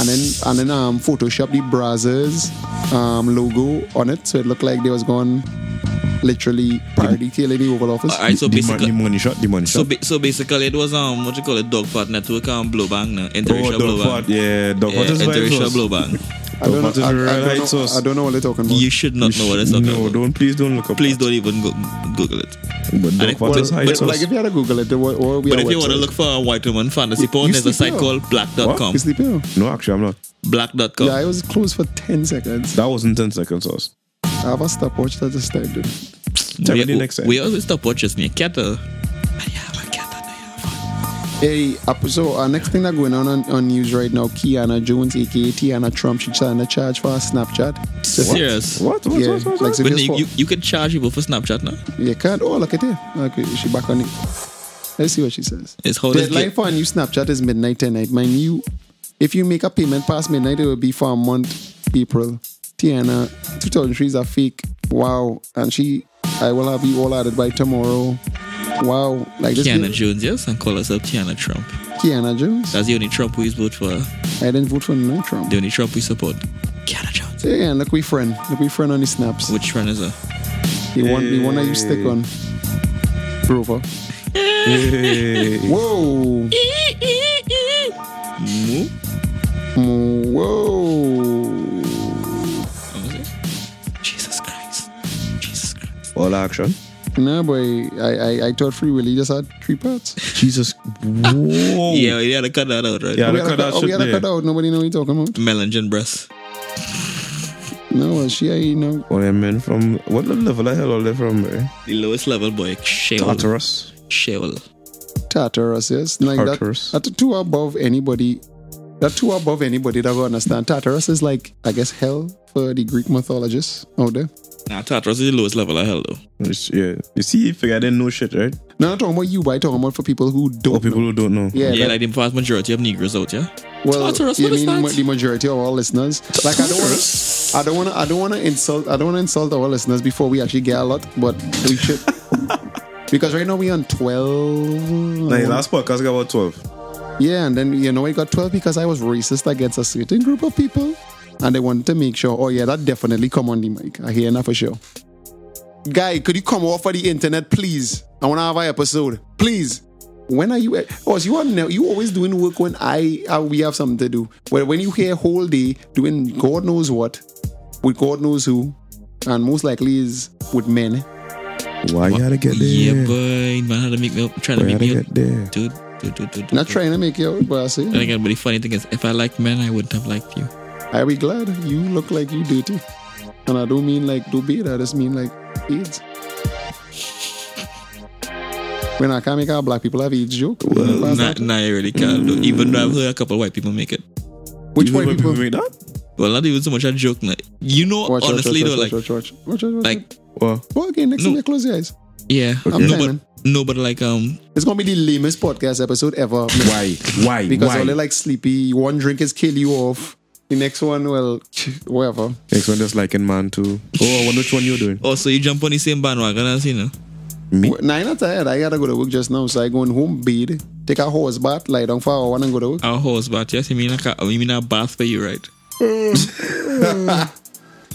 Speaker 5: and then and then um Photoshop the Brazzers um logo on it, so it looked like they was going literally parody killing the Oval Office.
Speaker 3: All right, so
Speaker 4: the, mon-
Speaker 3: basically.
Speaker 4: the money shot, the money
Speaker 3: So,
Speaker 4: shot.
Speaker 3: ba- so basically, it was um, what you call it, dog fart network and blow bang, no?
Speaker 4: oh,
Speaker 3: interracial blow
Speaker 4: dog
Speaker 3: bang.
Speaker 4: pot. Yeah, dog
Speaker 3: Yeah,
Speaker 4: pot is very
Speaker 3: interracial
Speaker 4: sauce.
Speaker 3: blow bang.
Speaker 5: I don't, know,
Speaker 4: Tomato
Speaker 5: I, I
Speaker 4: red hot
Speaker 5: don't know,
Speaker 4: sauce.
Speaker 5: I don't know what they're talking about.
Speaker 3: You should not know what it's talking
Speaker 4: No,
Speaker 3: about.
Speaker 4: don't please don't look up.
Speaker 3: Please don't even go- Google it.
Speaker 4: But
Speaker 3: And
Speaker 4: dog
Speaker 3: it-
Speaker 4: pot
Speaker 3: but-
Speaker 4: is high
Speaker 3: but-
Speaker 5: but
Speaker 4: sauce.
Speaker 5: like if you had to Google it, or, or we
Speaker 3: But
Speaker 5: have
Speaker 3: if
Speaker 5: a
Speaker 3: you want to
Speaker 5: website.
Speaker 3: look for a white woman fantasy
Speaker 5: You-
Speaker 3: porn,
Speaker 5: you
Speaker 3: there's a
Speaker 5: sleep
Speaker 3: site
Speaker 5: here.
Speaker 3: called black.com.
Speaker 5: you sleeping? oh?
Speaker 4: no, actually, I'm not.
Speaker 3: Black.com.
Speaker 5: Yeah, I was closed for ten seconds.
Speaker 4: That wasn't 10 seconds sauce.
Speaker 5: I have a stopwatch that just time, dude.
Speaker 4: Tell me
Speaker 3: we,
Speaker 4: the next time.
Speaker 3: we always stop watching near Keta. I have a cat and I have
Speaker 5: Hey, up- so uh, next thing that going on, on on news right now, Kiana Jones, aka Tiana Trump, she's trying to charge for a Snapchat.
Speaker 3: a- Serious.
Speaker 4: What? What?
Speaker 5: Yeah,
Speaker 4: what, what,
Speaker 5: like
Speaker 4: what?
Speaker 5: so
Speaker 3: But
Speaker 5: just
Speaker 3: you,
Speaker 5: for-
Speaker 3: you, you can charge people for Snapchat now.
Speaker 5: You can't. Oh, look at it. Okay, she back on it. Let's see what she says.
Speaker 3: It's how this
Speaker 5: Deadline
Speaker 3: get-
Speaker 5: for a new Snapchat is midnight tonight. My new, if you make a payment past midnight, it will be for a month, April. Tiana, 2003 is a fake. Wow. And she, I will have you all added by tomorrow. Wow. Like this.
Speaker 3: Tiana
Speaker 5: girl-
Speaker 3: Jones, yes, and call herself Tiana Trump.
Speaker 5: Kiana Jones.
Speaker 3: That's the only Trump we vote for. The
Speaker 5: I didn't vote for no Trump.
Speaker 3: only Trump we support. Tiana Jones.
Speaker 5: So yeah, look, we friend. Look, we friend on the snaps.
Speaker 3: Which one is her?
Speaker 5: The one, the one that you stick on. Rover.
Speaker 4: Hey.
Speaker 5: Whoa. Whoa.
Speaker 3: Jesus Christ. Jesus Christ.
Speaker 4: All action.
Speaker 5: No, boy. I, I, I thought Free Willy just had three parts.
Speaker 4: Jesus.
Speaker 3: (laughs)
Speaker 4: Whoa.
Speaker 3: Yeah, we had to cut that out, right?
Speaker 4: Yeah,
Speaker 5: we
Speaker 4: look
Speaker 5: had
Speaker 4: at
Speaker 5: a cut,
Speaker 4: that
Speaker 5: oh, we
Speaker 4: shit
Speaker 5: had a
Speaker 4: there.
Speaker 5: cut out. Nobody know what you're talking about.
Speaker 3: Melangen breast.
Speaker 5: No, well, she ain't no.
Speaker 4: Well, I mean, from what level the hell are they from? Eh?
Speaker 3: The lowest level boy. Sheol.
Speaker 4: Tartarus.
Speaker 3: Sheol.
Speaker 5: Tartarus, yes. Like that,
Speaker 4: Tartarus.
Speaker 5: that two above anybody. That two above anybody that will understand. Tartarus is like, I guess, hell for the Greek mythologists out there.
Speaker 3: Nah, Tartarus is the lowest level of hell, though.
Speaker 4: It's- Yeah. You see, you figure I didn't know shit, right?
Speaker 5: No, not talking about you, but I'm talking about for people who don't.
Speaker 4: Or people
Speaker 5: know.
Speaker 4: who don't know.
Speaker 5: Yeah,
Speaker 3: Yeah,
Speaker 5: that-
Speaker 3: like the vast majority of Negroes out, yeah?
Speaker 5: well,
Speaker 3: Tartarus,
Speaker 5: you
Speaker 3: what is
Speaker 5: mean
Speaker 3: that?
Speaker 5: the majority of our listeners? Like, I don't want to, I don't want to, I don't want to insult, I don't want to insult our listeners before we actually get a lot, but we should. because right now we on twelve.
Speaker 4: Nah, the last podcast got about 12.
Speaker 5: Yeah, and then you know I got 12 because I was racist against a certain group of people. And they wanted to make sure, oh yeah, that definitely come on the mic. I hear that for sure. Guy, could you come off of the internet, please? I wanna have an episode. Please. When are you at oh, so you are now you always doing work when I uh, we have something to do. Well when you here whole day doing God knows what, with God knows who, and most likely is with men.
Speaker 4: Why you gotta get there?
Speaker 3: Yeah, boy. Man had to make me up, trying to
Speaker 4: Why you
Speaker 3: make me
Speaker 4: gotta
Speaker 3: up.
Speaker 4: get there?
Speaker 3: Dude, dude, dude, dude.
Speaker 5: Not trying to make you out, but I say
Speaker 3: And again, but the funny thing is, if I liked men, I wouldn't have liked you.
Speaker 5: I be glad you look like you dirty. And I don't mean like do bad, I just mean like AIDS. When I can't make out black people have AIDS joke.
Speaker 3: Well,
Speaker 5: Pass
Speaker 3: nah,
Speaker 5: that.
Speaker 3: nah, you really can't. though. Even though I've heard a couple of white people make it.
Speaker 5: Which
Speaker 4: You know
Speaker 5: white
Speaker 4: when
Speaker 5: people?
Speaker 4: make that?
Speaker 3: Well, not even so much a joke. Nah. You know,
Speaker 5: Watch, watch,
Speaker 3: honestly,
Speaker 5: watch,
Speaker 3: though, like,
Speaker 5: watch, watch, watch, watch, watch, watch,
Speaker 3: like,
Speaker 4: Well,
Speaker 5: watch. okay, next
Speaker 3: no.
Speaker 5: time you close your eyes.
Speaker 3: yeah,
Speaker 5: I'm
Speaker 3: no,
Speaker 5: timing.
Speaker 3: but no, but like, um,
Speaker 5: It's gonna be the lamest podcast episode ever (laughs)
Speaker 4: why? Why?
Speaker 5: because
Speaker 4: why?
Speaker 5: only like sleepy. One drink is kill you off. The next one, well, (sniffs) whatever.
Speaker 4: Next one just like in man too. Oh, I wonder which one you're
Speaker 5: (laughs)
Speaker 4: doing.
Speaker 3: oh, so you jump on the same bandwagon as you know?
Speaker 4: Me?
Speaker 5: Nine out of tired. I gotta go to work just now, so I going home, bed, take a horse bath, lie down for an hour, and go to work.
Speaker 3: Our horse bath, yes, you mean like a, you mean a bath for you, right?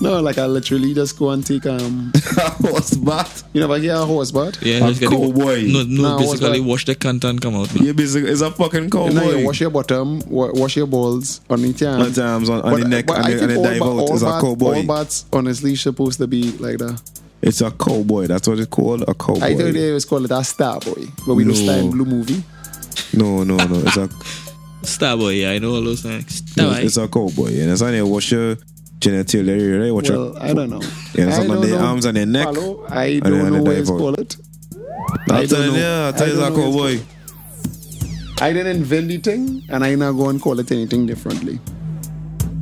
Speaker 5: No, like I literally just go and take um
Speaker 4: What's that?
Speaker 5: you know, like yeah, a horse bath.
Speaker 3: Yeah,
Speaker 4: A
Speaker 3: just get the-
Speaker 4: cowboy.
Speaker 3: No, no,
Speaker 5: Nah, horse
Speaker 3: basically
Speaker 5: bath.
Speaker 3: wash the cunt and come out. man.
Speaker 4: Yeah, basically, it's a fucking cowboy.
Speaker 5: And now you wash your bottom, wa- wash your balls on the arm.
Speaker 4: On the arms, on- on the neck, and the- and the dive out is a cowboy.
Speaker 5: All baths honestly supposed to be like that.
Speaker 4: It's a cowboy. That's what it's called. A cowboy.
Speaker 5: I thought they was called it a star boy, but we
Speaker 4: No.
Speaker 5: know star in blue movie.
Speaker 4: No, no, no. It's
Speaker 5: (laughs)
Speaker 4: a
Speaker 3: Starboy, yeah, I know all those things.
Speaker 4: it's,
Speaker 3: Starboy.
Speaker 4: a cowboy. And that's how they wash your genitalia, right? Watch
Speaker 5: Well,
Speaker 4: your
Speaker 5: I don't know.
Speaker 4: Yeah,
Speaker 5: I
Speaker 4: it's on
Speaker 5: don't
Speaker 4: the
Speaker 5: know.
Speaker 4: arms and the neck.
Speaker 5: Follow? I
Speaker 4: then
Speaker 5: don't know
Speaker 4: the
Speaker 5: what
Speaker 4: dive
Speaker 5: it's
Speaker 4: out.
Speaker 5: called.
Speaker 4: I'll
Speaker 5: I
Speaker 4: tell
Speaker 5: don't
Speaker 4: you,
Speaker 5: know.
Speaker 4: yeah, I'll
Speaker 5: I
Speaker 4: tell you
Speaker 5: don't
Speaker 4: that
Speaker 5: know what's
Speaker 4: cowboy.
Speaker 5: I didn't invent the thing, and I not going to call it anything differently.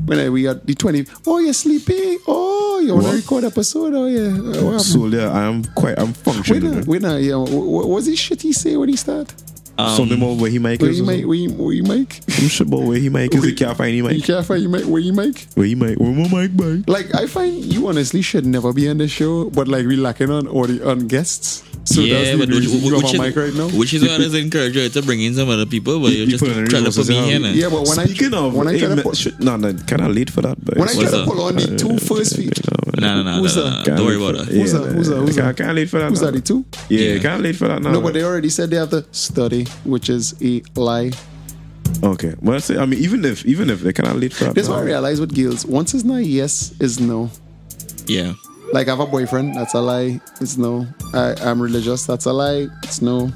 Speaker 5: When I, we got the 20, oh, you're sleepy. Oh, you want to
Speaker 4: What?
Speaker 5: record episode? Oh, yeah. Uh, what happened?
Speaker 4: So yeah, I am quite, I'm
Speaker 5: Wait,
Speaker 4: functioning.
Speaker 5: a-
Speaker 4: you know.
Speaker 5: wait, a- yeah. What was he shit he say when he start?
Speaker 4: Something about where he mic
Speaker 5: Where
Speaker 4: is.
Speaker 5: he
Speaker 4: or
Speaker 5: make?
Speaker 4: something.
Speaker 5: Where he, where he (laughs) make?
Speaker 4: I'm sure about where he mic is. He can't find he
Speaker 5: You
Speaker 4: mic.
Speaker 5: can't find you make? Where he make?
Speaker 4: Where he mic? Where my mic by?
Speaker 5: Like, I find you honestly should never be on the show, but like, we lacking on audio, on guests. So that's
Speaker 3: yeah,
Speaker 5: the
Speaker 3: but which,
Speaker 5: reason you have
Speaker 3: which,
Speaker 5: a mic right now.
Speaker 3: is, which is what is encouraging to bring in some other people, but you're just
Speaker 4: People in the
Speaker 3: trying to put
Speaker 4: resources,
Speaker 3: me
Speaker 4: yeah.
Speaker 3: here now.
Speaker 5: yeah, but when
Speaker 4: Speaking
Speaker 5: I,
Speaker 4: of,
Speaker 5: when I try to put-
Speaker 4: no, no, kind of late for that. But
Speaker 5: when I try
Speaker 3: What's
Speaker 5: to
Speaker 3: up?
Speaker 5: pull on the two first feet,
Speaker 3: No, no, no,
Speaker 5: Who's
Speaker 3: no,
Speaker 5: that?
Speaker 3: no, no. Don't worry about that.
Speaker 5: Who's that? Who's that? Who's that?
Speaker 4: Can't, can't late for that.
Speaker 5: who's
Speaker 4: now.
Speaker 5: that? The two?
Speaker 4: Yeah,
Speaker 3: Yeah.
Speaker 4: can't late for that now.
Speaker 5: No, but they already said they have to study, which is a lie.
Speaker 4: okay. Well, I say, I mean, even if, even if they can't late for that.
Speaker 5: That's what I
Speaker 4: now.
Speaker 5: realized with girls. Once it's not yes, is no.
Speaker 3: Yeah.
Speaker 5: Like I have a boyfriend, that's a lie. It's no. I, I'm religious, that's a lie. It's no.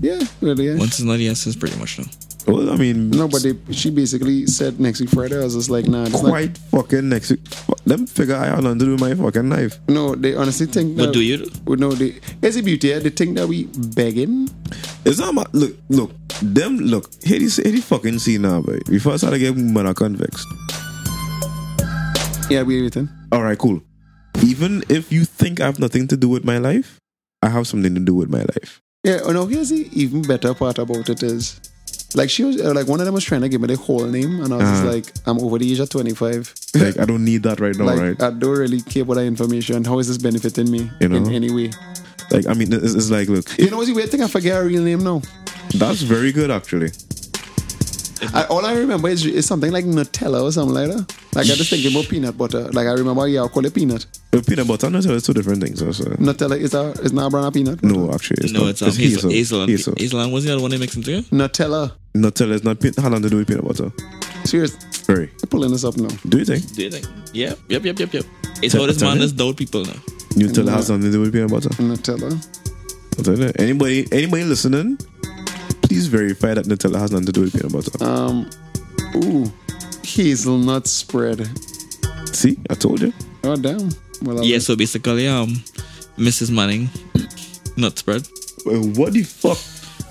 Speaker 5: Yeah, really. Yeah.
Speaker 3: Once it's not yes, it's pretty much no.
Speaker 4: Well, I mean,
Speaker 5: No, but they, she basically said next week Friday. I was just like, nah, it's
Speaker 4: quite fucking next week. Them figure I had nothing to do with my fucking life.
Speaker 5: Not, no, they honestly think.
Speaker 3: But
Speaker 5: that-
Speaker 3: do you do?
Speaker 5: Well, No, they. It's a beauty. Yeah? They think that we begging.
Speaker 4: It's not my look. Look, them look. Here this, here this fucking scene now, boy. We first had to get man a convex.
Speaker 5: Yeah, we everything.
Speaker 4: All right, cool. Even if you think I have nothing to do with my life, I have something to do with my life.
Speaker 5: Yeah, oh no, here's the even better part about it is like she was uh, like one of them was trying to give me the whole name and I was just
Speaker 4: Uh-huh.
Speaker 5: like, I'm over the age of twenty five.
Speaker 4: Like I don't need that right now,
Speaker 5: like
Speaker 4: right?
Speaker 5: I don't really care about that information. How is this benefiting me
Speaker 4: You know?
Speaker 5: in any way?
Speaker 4: like I mean, it's, it's like look,
Speaker 5: You know what's the weird thing? I forget her real name now.
Speaker 4: that's very good actually.
Speaker 5: I, all I remember is, is something like Nutella or something like that. Like I just think about peanut butter. Like I remember, yeah, I'll call it peanut.
Speaker 4: But peanut butter and Nutella is two different things. Also.
Speaker 5: Nutella is a is not a brand of peanut.
Speaker 4: No, actually, it's
Speaker 3: No,
Speaker 4: not.
Speaker 3: it's um, Hazel. Hazel.
Speaker 4: Hazel.
Speaker 3: Hazel. Wasn't that the one they mixed them together?
Speaker 5: Nutella.
Speaker 4: Nutella is not peanut. How long to do with peanut butter?
Speaker 5: Serious,
Speaker 4: Very.
Speaker 5: I'm pulling this up now.
Speaker 4: Do you think
Speaker 3: Do you think? Yep, yep, yep, yep, yep. It's
Speaker 4: Tell-
Speaker 3: how this
Speaker 4: tell
Speaker 3: man
Speaker 4: me.
Speaker 3: is doubt people now.
Speaker 4: Nutella has something to do with peanut butter?
Speaker 5: Mm. Nutella.
Speaker 4: I'll tell you. Anybody, anybody listening, please verify that Nutella has nothing to do with peanut butter.
Speaker 5: Um, ooh, hazelnut spread.
Speaker 4: See, I told you.
Speaker 5: Oh damn. Well, I'll
Speaker 3: Yeah, so basically, um, Mrs. Manning, not spread.
Speaker 4: Well, what the fuck?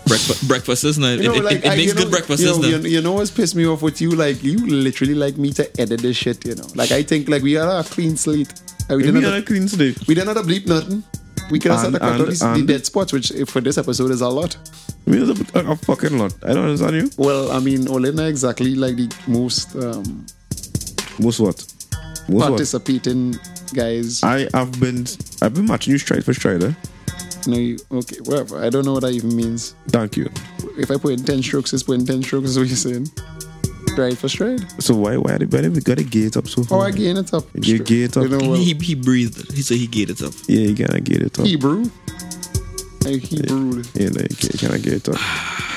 Speaker 3: Breakfast, breakfast is not. It,
Speaker 5: You know,
Speaker 3: it,
Speaker 5: like,
Speaker 3: it
Speaker 5: I-
Speaker 3: makes
Speaker 5: you know,
Speaker 3: good breakfast
Speaker 5: You
Speaker 3: is
Speaker 5: know, you,
Speaker 3: not.
Speaker 5: you know what's pissed me off with you? Like you literally like me to edit this shit. You know, like I think like we are a clean slate. And we
Speaker 4: We
Speaker 5: didn't
Speaker 4: had a
Speaker 5: have to,
Speaker 4: clean slate.
Speaker 5: we didn't have to bleep nothing. We can have
Speaker 4: And-
Speaker 5: to cut out
Speaker 4: and-
Speaker 5: these- the
Speaker 4: and-
Speaker 5: dead spots, which eh, for this episode is a lot.
Speaker 4: We had a, a uh, fucking lot. I don't understand you.
Speaker 5: Well, I mean, Ole not exactly like the most um,
Speaker 4: Most what? Most what?
Speaker 5: participating
Speaker 3: Ah.
Speaker 5: guys.
Speaker 4: I have been, I've been matching you stride for stride. Eh?
Speaker 5: no, you, okay, whatever. I don't know what that even means.
Speaker 4: Thank you.
Speaker 5: If I put in ten strokes, it's putting ten strokes. Is what you're saying? Stride for stride.
Speaker 4: So why, why did, why did we got a gate up so
Speaker 5: Oh,
Speaker 3: Mm.
Speaker 4: far?
Speaker 5: I gain it up.
Speaker 4: You gain it up.
Speaker 5: You know, well,
Speaker 3: He, he breathed. He said he gave it up.
Speaker 4: yeah, you gotta get it up.
Speaker 5: Hebrew. I Hebrew.
Speaker 4: Yeah, like, you gotta get it up.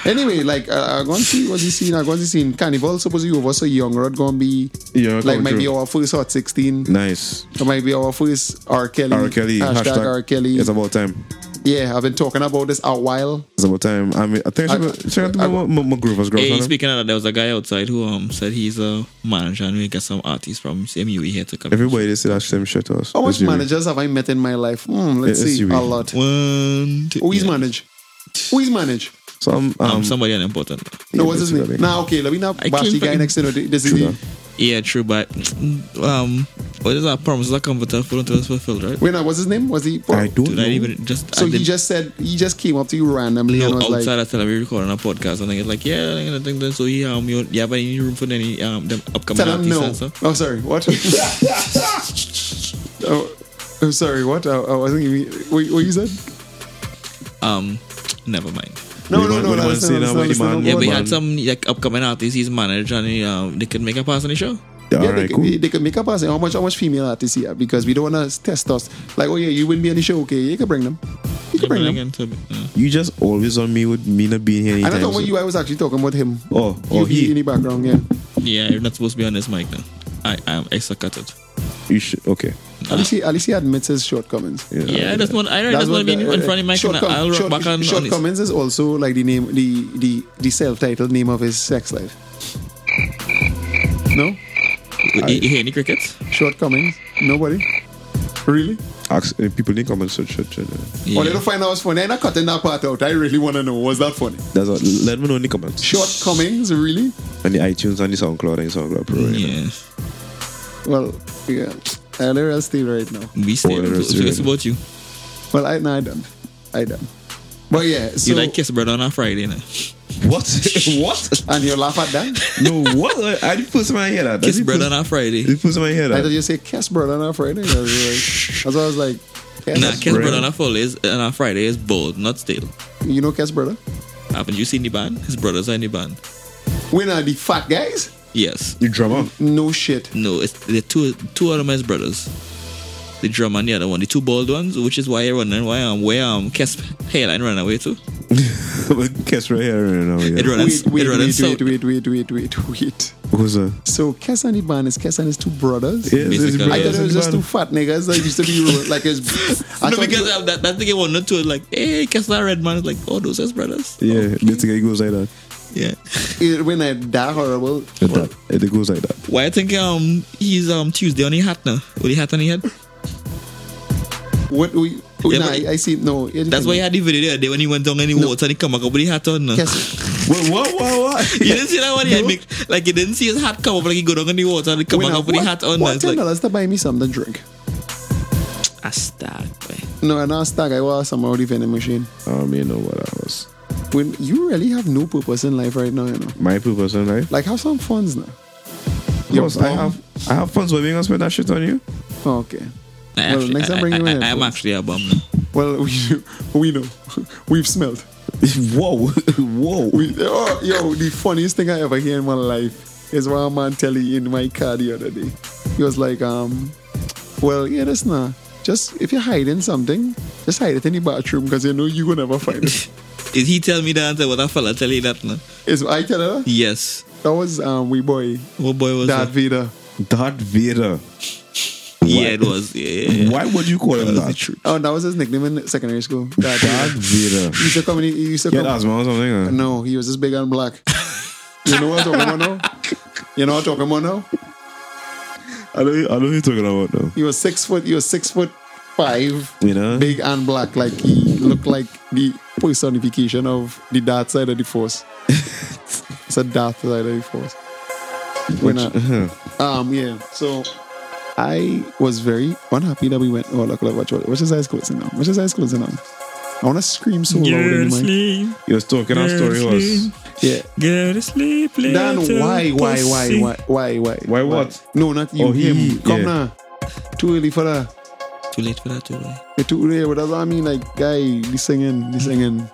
Speaker 5: Anyway, like uh, I'm going to see what you see. I'm going to see in Carnival. Supposedly over so young road gonna be
Speaker 4: Yeah,
Speaker 5: like
Speaker 4: come
Speaker 5: might be
Speaker 4: through.
Speaker 5: our first Hot 16.
Speaker 4: Nice.
Speaker 5: Or might be our first R Kelly.
Speaker 4: R. Kelly.
Speaker 5: Hashtag,
Speaker 4: hashtag
Speaker 5: R Kelly.
Speaker 4: It's about time.
Speaker 5: yeah, I've been talking about this a while.
Speaker 4: It's about time. I mean, I think I should, should I do
Speaker 5: I-
Speaker 4: my, my, my groove as girls.
Speaker 3: Hey,
Speaker 4: huh?
Speaker 3: speaking of that, there was a guy outside who um said he's a manager and we got some artists from CMU here to come.
Speaker 4: Everybody they say that same shit to us.
Speaker 5: How much
Speaker 4: That's you.
Speaker 5: managers have I met in my life? Hmm, let's
Speaker 4: It's
Speaker 5: see,
Speaker 4: you.
Speaker 5: a lot.
Speaker 3: One, two,
Speaker 5: Who is
Speaker 3: yeah.
Speaker 5: manage? Who is manage?
Speaker 4: Some um,
Speaker 3: Um, somebody unimportant.
Speaker 5: No, what's his name?
Speaker 4: basically.
Speaker 5: Nah, okay, let me not
Speaker 3: I
Speaker 5: bash the
Speaker 3: can't
Speaker 5: guy
Speaker 3: find-
Speaker 5: next to no, This is
Speaker 4: True
Speaker 5: the,
Speaker 3: Yeah, true, but um, what is that promise? That comforter for until it's fulfilled, right?
Speaker 5: wait, now, what's his name? Was he?
Speaker 4: I don't
Speaker 3: Did
Speaker 4: know.
Speaker 3: I even just?
Speaker 5: so
Speaker 3: I
Speaker 5: he
Speaker 3: did-
Speaker 5: just said he just came up to you randomly and
Speaker 3: No,
Speaker 5: was like,
Speaker 3: outside of Tel Aviv recording a podcast, and I get like, yeah, I'm gonna think that. So he, um, you, you have any room for any um, them upcoming
Speaker 5: Tell
Speaker 3: artists
Speaker 5: him no.
Speaker 3: and stuff?
Speaker 5: Oh, sorry. (laughs) What? oh, oh, sorry. What? I, I wasn't even. What, what you said?
Speaker 3: Um, never mind.
Speaker 5: No,
Speaker 4: What
Speaker 5: no,
Speaker 4: do you want-
Speaker 5: no. no,
Speaker 4: what do you
Speaker 5: listen,
Speaker 4: want to say now,
Speaker 5: listen, listen,
Speaker 4: Lady Man?
Speaker 5: listen,
Speaker 3: Yeah,
Speaker 4: What
Speaker 3: but he
Speaker 5: listen.
Speaker 3: had
Speaker 4: man?
Speaker 3: some like upcoming artists he's managed, and he, um, they could make a pass on the show.
Speaker 5: Yeah,
Speaker 4: All
Speaker 5: they,
Speaker 4: right,
Speaker 5: could-
Speaker 4: cool.
Speaker 5: they, they could make up us. How much? How much female artists here? Because we don't want to test us. Like, oh yeah, you wouldn't be on the show. Okay, you can bring them. You can bring
Speaker 3: Bring
Speaker 5: them.
Speaker 3: him to- uh,
Speaker 4: You just always on me with me not being here.
Speaker 5: And I
Speaker 4: anytime
Speaker 5: thought when
Speaker 4: soon.
Speaker 5: you, I was actually talking about him.
Speaker 4: Oh,
Speaker 5: you
Speaker 4: oh,
Speaker 5: be in
Speaker 4: he.
Speaker 5: the background. Yeah.
Speaker 3: yeah, you're not supposed to be on this mic now. I am extra cutted.
Speaker 4: You should. Okay.
Speaker 5: At least, he, at least he admits his shortcomings.
Speaker 4: Yeah.
Speaker 3: Yeah, I just want. I
Speaker 5: That's
Speaker 3: just want to
Speaker 5: what
Speaker 3: be
Speaker 5: the- uh,
Speaker 3: in front of mic, and
Speaker 5: shortcom-
Speaker 3: I'll rock
Speaker 5: short-
Speaker 3: back on. on it.
Speaker 5: Shortcomings is also like the name, the the the self-titled name of his sex life. No
Speaker 3: You you hear any crickets?
Speaker 5: shortcomings. Nobody. Really?
Speaker 4: ask, uh, people didn't come and search. search uh,
Speaker 5: Or they don't find out was funny. I'm not cutting that part out. I really want to know. Was that funny?
Speaker 4: that's all. Let me know in the comments.
Speaker 5: Shortcomings, really?
Speaker 4: On the iTunes and the SoundCloud and the SoundCloud Pro.
Speaker 3: Yeah.
Speaker 4: Right now.
Speaker 5: Well, yeah. Uh, they're all still right now.
Speaker 3: We stay.
Speaker 4: Spoilers,
Speaker 3: So it's
Speaker 4: really.
Speaker 3: about you.
Speaker 5: Well, I, no, I done. I done. But yeah, so.
Speaker 3: you like Kiss Brother on a Friday, now.
Speaker 4: What? (laughs) what?
Speaker 5: and you laugh
Speaker 3: (laughs)
Speaker 5: at that?
Speaker 4: No, what? I didn't put my head out.
Speaker 3: Kiss Brother on a Friday.
Speaker 4: Did put my head
Speaker 5: I thought
Speaker 4: out.
Speaker 5: you say Kiss Brother on a Friday. That's like, that's why I was like, Kiss.
Speaker 3: Nah, Kiss
Speaker 4: Brother.
Speaker 3: Brother on a Full is on a Friday is bold, not stale.
Speaker 5: You know Kiss Brother?
Speaker 3: Haven't you seen the band? His brothers are in the band.
Speaker 5: When are the fat guys?
Speaker 3: Yes.
Speaker 4: You drummer.
Speaker 5: No shit.
Speaker 3: No, it's the two two of them is brothers. The drummer and the other one, the two bald ones, which is why I run and why I'm where um Kes hairline run away to.
Speaker 4: (laughs) Kiss right here right now.
Speaker 3: It
Speaker 4: Yeah.
Speaker 3: run
Speaker 5: Wait,
Speaker 3: and-
Speaker 5: wait,
Speaker 3: it run and
Speaker 5: wait,
Speaker 3: south.
Speaker 5: wait, wait, wait, wait, wait, wait.
Speaker 4: Who's that?
Speaker 5: So Kes and the band is Kes and his two brothers.
Speaker 4: Yeah, this is
Speaker 3: Basically.
Speaker 5: I thought
Speaker 4: brothers
Speaker 5: it was
Speaker 4: in
Speaker 5: just two
Speaker 4: band.
Speaker 5: fat niggas that used to be
Speaker 3: (laughs)
Speaker 5: like his. I
Speaker 3: No,
Speaker 5: thought
Speaker 3: because
Speaker 5: you-
Speaker 3: um, that, that thing I wanted to like, hey, Kessler Redman is like, oh, those is brothers.
Speaker 4: Yeah,
Speaker 5: Oh.
Speaker 4: this guy goes like that.
Speaker 3: Yeah. um,
Speaker 5: it, when I that horrible.
Speaker 4: Like that. It goes like that.
Speaker 3: Why I think um he's um Tuesday on the hat now. With the hat on the head.
Speaker 5: What we? Oh,
Speaker 3: Yeah,
Speaker 5: nah,
Speaker 3: but-
Speaker 5: I, I see. No,
Speaker 3: That's why he had the video the other day when he went down in the water and he come back up with the hat on now.
Speaker 5: Kes.
Speaker 4: Wait, what? What? (laughs)
Speaker 3: (laughs)
Speaker 4: What?
Speaker 3: You didn't see that one? He had make- like you didn't see his hat come up like he go down in the water and he (laughs) come
Speaker 5: when
Speaker 3: back
Speaker 5: I-
Speaker 3: up with the
Speaker 5: what-
Speaker 3: hat on. now.
Speaker 5: What
Speaker 3: It's
Speaker 5: ten
Speaker 3: like
Speaker 5: dollars to buy me something to drink?
Speaker 3: a star, boy.
Speaker 5: No, and I stuck. I was some out the vending machine.
Speaker 4: Um, you know what? I was.
Speaker 5: When you really have no purpose in life right now, you know.
Speaker 4: My purpose in life.
Speaker 5: Like have some funds now.
Speaker 4: Of course, I
Speaker 5: bum.
Speaker 4: have. I have funds. Why we gonna spend that shit on
Speaker 5: (laughs)
Speaker 4: you?
Speaker 5: Oh, okay.
Speaker 3: I
Speaker 5: Well,
Speaker 3: actually,
Speaker 5: next time
Speaker 3: I,
Speaker 5: bring
Speaker 3: I,
Speaker 5: him in,
Speaker 3: I, am
Speaker 5: please.
Speaker 3: actually a bum. now.
Speaker 5: Well, (laughs) we we know. We've smelled. (laughs)
Speaker 4: Whoa, whoa.
Speaker 5: We, oh, yo, the funniest thing I ever hear in my life is what a man telling in my car the other day. He was like, um, well, yeah, that's not. Just if you're hiding something, just hide it in the bathroom because you know you're gonna never find it.
Speaker 3: Did he tell me that? What that fella tell you that? now?
Speaker 5: Is I tell her that?
Speaker 3: Yes.
Speaker 5: that was um we boy
Speaker 3: What boy was that?
Speaker 5: Dad Vida.
Speaker 4: Darth Vader.
Speaker 3: Yeah, it was. Yeah, yeah, yeah.
Speaker 4: Why would you call him
Speaker 3: That's the
Speaker 4: that?
Speaker 3: truth.
Speaker 5: Oh, that was his nickname in secondary school.
Speaker 4: (laughs)
Speaker 5: Dad
Speaker 4: Darth
Speaker 5: Vida.
Speaker 4: Vader.
Speaker 5: He used to come. In, he used to
Speaker 4: Get
Speaker 5: come.
Speaker 4: asthma or something. huh?
Speaker 5: No, he was just big and black. you know what I'm talking about now? You know what I'm talking about now?
Speaker 4: I know. I know who you're talking about now.
Speaker 5: He was six foot. He was six foot five,
Speaker 4: You know. (laughs)
Speaker 5: big and black. Like he looked like the personification of the dark side of
Speaker 4: (laughs)
Speaker 5: the force. it's a dark side of the force. When I,
Speaker 4: Uh-huh.
Speaker 5: um yeah, so I was very unhappy that we went. Oh look, look, watch, watch, watch his eyes closing now. Watch his eyes closing now. I want to scream so loud in the mic.
Speaker 3: sleep,
Speaker 4: You was talking our story was.
Speaker 5: Yeah.
Speaker 3: go to sleep.
Speaker 5: Dan, why, why, why, why, why, why?
Speaker 4: Why what?
Speaker 5: No, not you.
Speaker 4: Oh,
Speaker 5: him.
Speaker 4: he,
Speaker 5: Come
Speaker 4: yeah.
Speaker 5: now. Too early for that.
Speaker 3: Too late for that, too late.
Speaker 5: You're too early. What does that mean? Like, guy, the singing, the singing.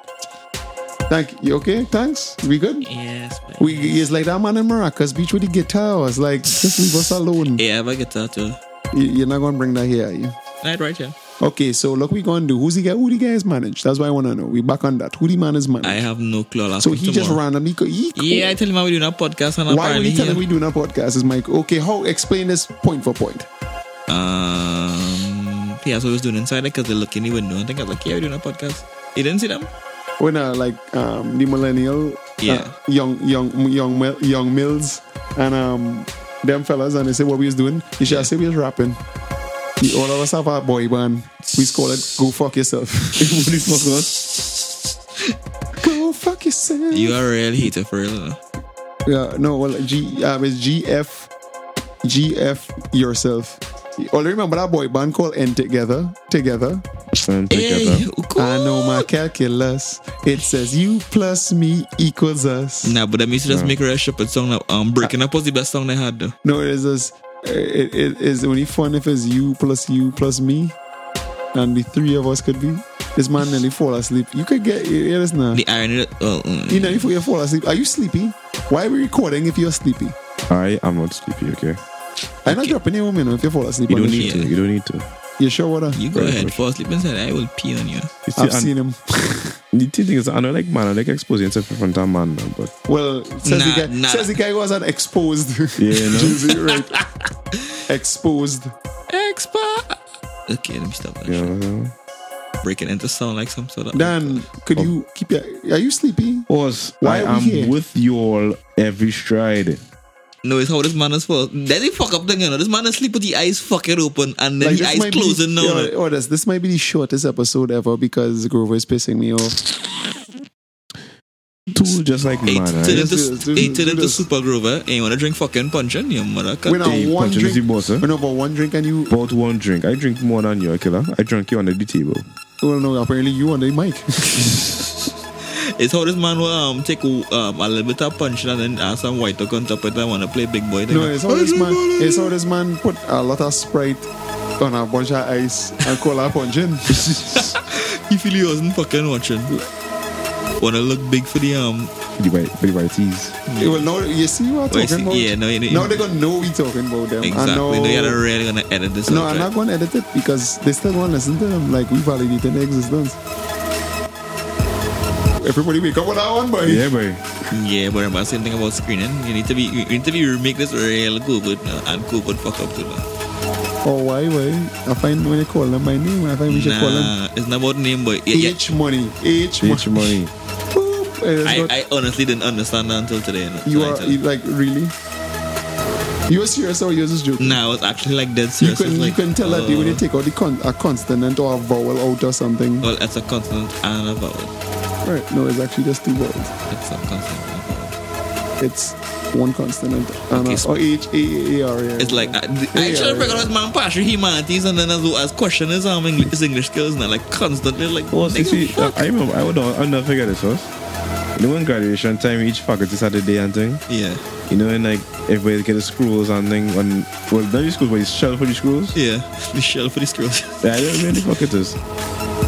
Speaker 5: Thank you. Okay, thanks. We good?
Speaker 3: Yes, man.
Speaker 5: We it's like that man in Maracas Beach with the guitar. It's like just leave us alone.
Speaker 3: Yeah, if I get that too.
Speaker 5: You- You're not gonna bring that here, are you?
Speaker 3: Right, right, yeah.
Speaker 5: Okay, so look, we gonna do who's the guy? Who the guy is managed? That's why I wanna know. We back on that. Who the man is managed?
Speaker 3: I have no clue. I'll ask
Speaker 5: so
Speaker 3: him
Speaker 5: he
Speaker 3: tomorrow.
Speaker 5: just randomly. co- He,
Speaker 3: Yeah, I tell him I we doing a podcast and
Speaker 5: why would
Speaker 3: apparently
Speaker 5: he tell him
Speaker 3: he-
Speaker 5: we doing a podcast? Is Mike okay? How explain this point for point?
Speaker 3: Um, yeah, so he was doing inside because they look in the window. I think I was like, yeah, we're doing a podcast. You didn't see them?
Speaker 5: when uh, like um, the millennial,
Speaker 3: Yeah.
Speaker 5: uh, young young young Mil- young Mills and um, them fellas, and they say what we was doing. You should say we was rapping. We- all of us have our boy band. We call it "Go Fuck Yourself."
Speaker 4: (laughs) What the fuck was?
Speaker 5: Go fuck yourself.
Speaker 3: You are a real hater for real. no?
Speaker 5: yeah, no, well, G um, it's GF GF yourself. All remember that boy band called "End Together." Together.
Speaker 4: And take
Speaker 3: Hey,
Speaker 4: that.
Speaker 3: cool.
Speaker 5: I know my calculus. It says you plus me equals us.
Speaker 3: Nah, but that means you just make a Shepherd song now. Um, Breaking Up was the best song they had though.
Speaker 5: No, it is this. It, it is only fun if it's you plus you plus me, and the three of us could be. This man nearly fall asleep. You could get it is now.
Speaker 3: The irony that, well, mm,
Speaker 5: uh, You know, if you fall asleep, are you sleepy? Why are we recording if you're sleepy?
Speaker 4: I am not sleepy. Okay.
Speaker 5: I'm not dropping you, woman, if you fall asleep.
Speaker 4: You
Speaker 5: on
Speaker 4: don't
Speaker 5: the
Speaker 4: need
Speaker 5: show.
Speaker 4: to. You don't need to.
Speaker 5: You sure what? uh,
Speaker 3: you go ahead, fall asleep and say, I will pee on you.
Speaker 4: You see, um,
Speaker 5: I've
Speaker 4: and
Speaker 5: seen him. (laughs)
Speaker 4: The thing is, I know like man, I like exposing yourself in front of man, now, but
Speaker 5: Well,
Speaker 3: Nah,
Speaker 5: says the guy.
Speaker 3: nah.
Speaker 5: Says the guy was an exposed.
Speaker 4: (laughs) Yeah, you know.
Speaker 5: Jersey, right. (laughs) exposed.
Speaker 3: Expa. Okay, let me stop that.
Speaker 4: you
Speaker 3: shit.
Speaker 4: know.
Speaker 3: Breaking into sound like some sort of.
Speaker 5: Dan, could
Speaker 4: Oh.
Speaker 5: you keep your? Are you sleepy?
Speaker 4: Us,
Speaker 5: Why
Speaker 4: I
Speaker 5: are we
Speaker 4: am
Speaker 5: here?
Speaker 4: with you all every stride.
Speaker 3: No, it's how this man is for. Then he fuck up thing, you know. This man is sleep with the eyes fucking open and then the
Speaker 5: this
Speaker 3: eyes
Speaker 5: might be-
Speaker 3: closing now.
Speaker 5: yeah,
Speaker 3: you know.
Speaker 5: Or this, this might be the shortest episode ever because Grover is pissing me off.
Speaker 4: Two just like
Speaker 3: Hey,
Speaker 4: man,
Speaker 3: turn
Speaker 4: right?
Speaker 3: into,
Speaker 5: Let's do this, do
Speaker 3: hey,
Speaker 5: this,
Speaker 3: turn
Speaker 5: do
Speaker 3: into
Speaker 5: this.
Speaker 3: Super Grover and you wanna drink fucking punching? Your mother cut.
Speaker 5: When
Speaker 4: Hey,
Speaker 5: I one
Speaker 4: punch, you
Speaker 5: drink,
Speaker 4: see boss,
Speaker 3: eh?
Speaker 4: huh?
Speaker 5: when over one drink and you,
Speaker 4: Bought one drink. I drink more than you, killer. I drank you under the table.
Speaker 5: well, no, apparently you on the mic. (laughs)
Speaker 3: It's how this man will um, take um, a little bit of punch and then add some white on top of it and wanna play big boy. thing.
Speaker 5: no,
Speaker 3: (laughs)
Speaker 5: it's how this man, it's how this man put a lot of sprite on a bunch of ice and call up
Speaker 3: (laughs)
Speaker 5: on gin.
Speaker 3: If he wasn't fucking watching, wanna look big for the um.
Speaker 4: The white, the white teas.
Speaker 5: well, now you see what I'm
Speaker 3: Wait,
Speaker 5: talking
Speaker 3: see-
Speaker 5: about.
Speaker 3: yeah, no, you know-
Speaker 5: now they're gonna know we talking about them. And
Speaker 3: Exactly.
Speaker 5: now-
Speaker 3: No, you're really gonna edit this.
Speaker 5: no,
Speaker 3: out,
Speaker 5: I'm
Speaker 3: right?
Speaker 5: not gonna edit it because they still gonna listen to them. Like we validated their existence. Everybody wake up on that one, boy.
Speaker 4: Yeah, boy.
Speaker 3: Yeah, but I'm saying thing about screening. You need to be, you need to be make this real good, but uh, and good, but fuck up to that.
Speaker 5: Oh, why, why? I find when they call them by name, I find we should call them
Speaker 3: Nah, it's not about name, but yeah, yeah.
Speaker 5: H money. H
Speaker 4: Each
Speaker 5: money.
Speaker 4: money.
Speaker 5: Boop. And it's
Speaker 3: I,
Speaker 5: not-
Speaker 3: I honestly didn't understand that until today. no,
Speaker 5: you
Speaker 3: so I
Speaker 5: are
Speaker 3: tell
Speaker 5: you, like really. You were serious or you was just joking?
Speaker 3: Nah, I was actually like dead
Speaker 5: you
Speaker 3: serious.
Speaker 5: can
Speaker 3: It's
Speaker 5: you
Speaker 3: like,
Speaker 5: can tell that they when
Speaker 3: uh,
Speaker 5: they take out the con- a consonant or a vowel out or something.
Speaker 3: oh, Well, it's a consonant and a vowel.
Speaker 5: Right? No, it's actually just two vowels.
Speaker 3: It's a consonant. And a vowel.
Speaker 5: It's one consonant and
Speaker 3: Okay,
Speaker 5: a,
Speaker 3: so-
Speaker 5: or H A A R. yeah.
Speaker 3: It's like uh, I, I
Speaker 5: Yeah,
Speaker 3: actually
Speaker 5: yeah.
Speaker 3: recognize man partial humanities and then as well as question his um English, his English skills and like constantly like
Speaker 4: Oh, see,
Speaker 3: nigga,
Speaker 4: see,
Speaker 3: fuck.
Speaker 4: I, I remember, I would, I'll never forget this, huh? You know, when graduation time, each faculty Saturday and thing,
Speaker 3: yeah
Speaker 4: you know, and like everybody get the scrolls and thing, and well, not the scrolls, but it's shell for the scrolls.
Speaker 3: yeah (laughs) Michelle for the scrolls
Speaker 4: Yeah, I don't really fuck it is.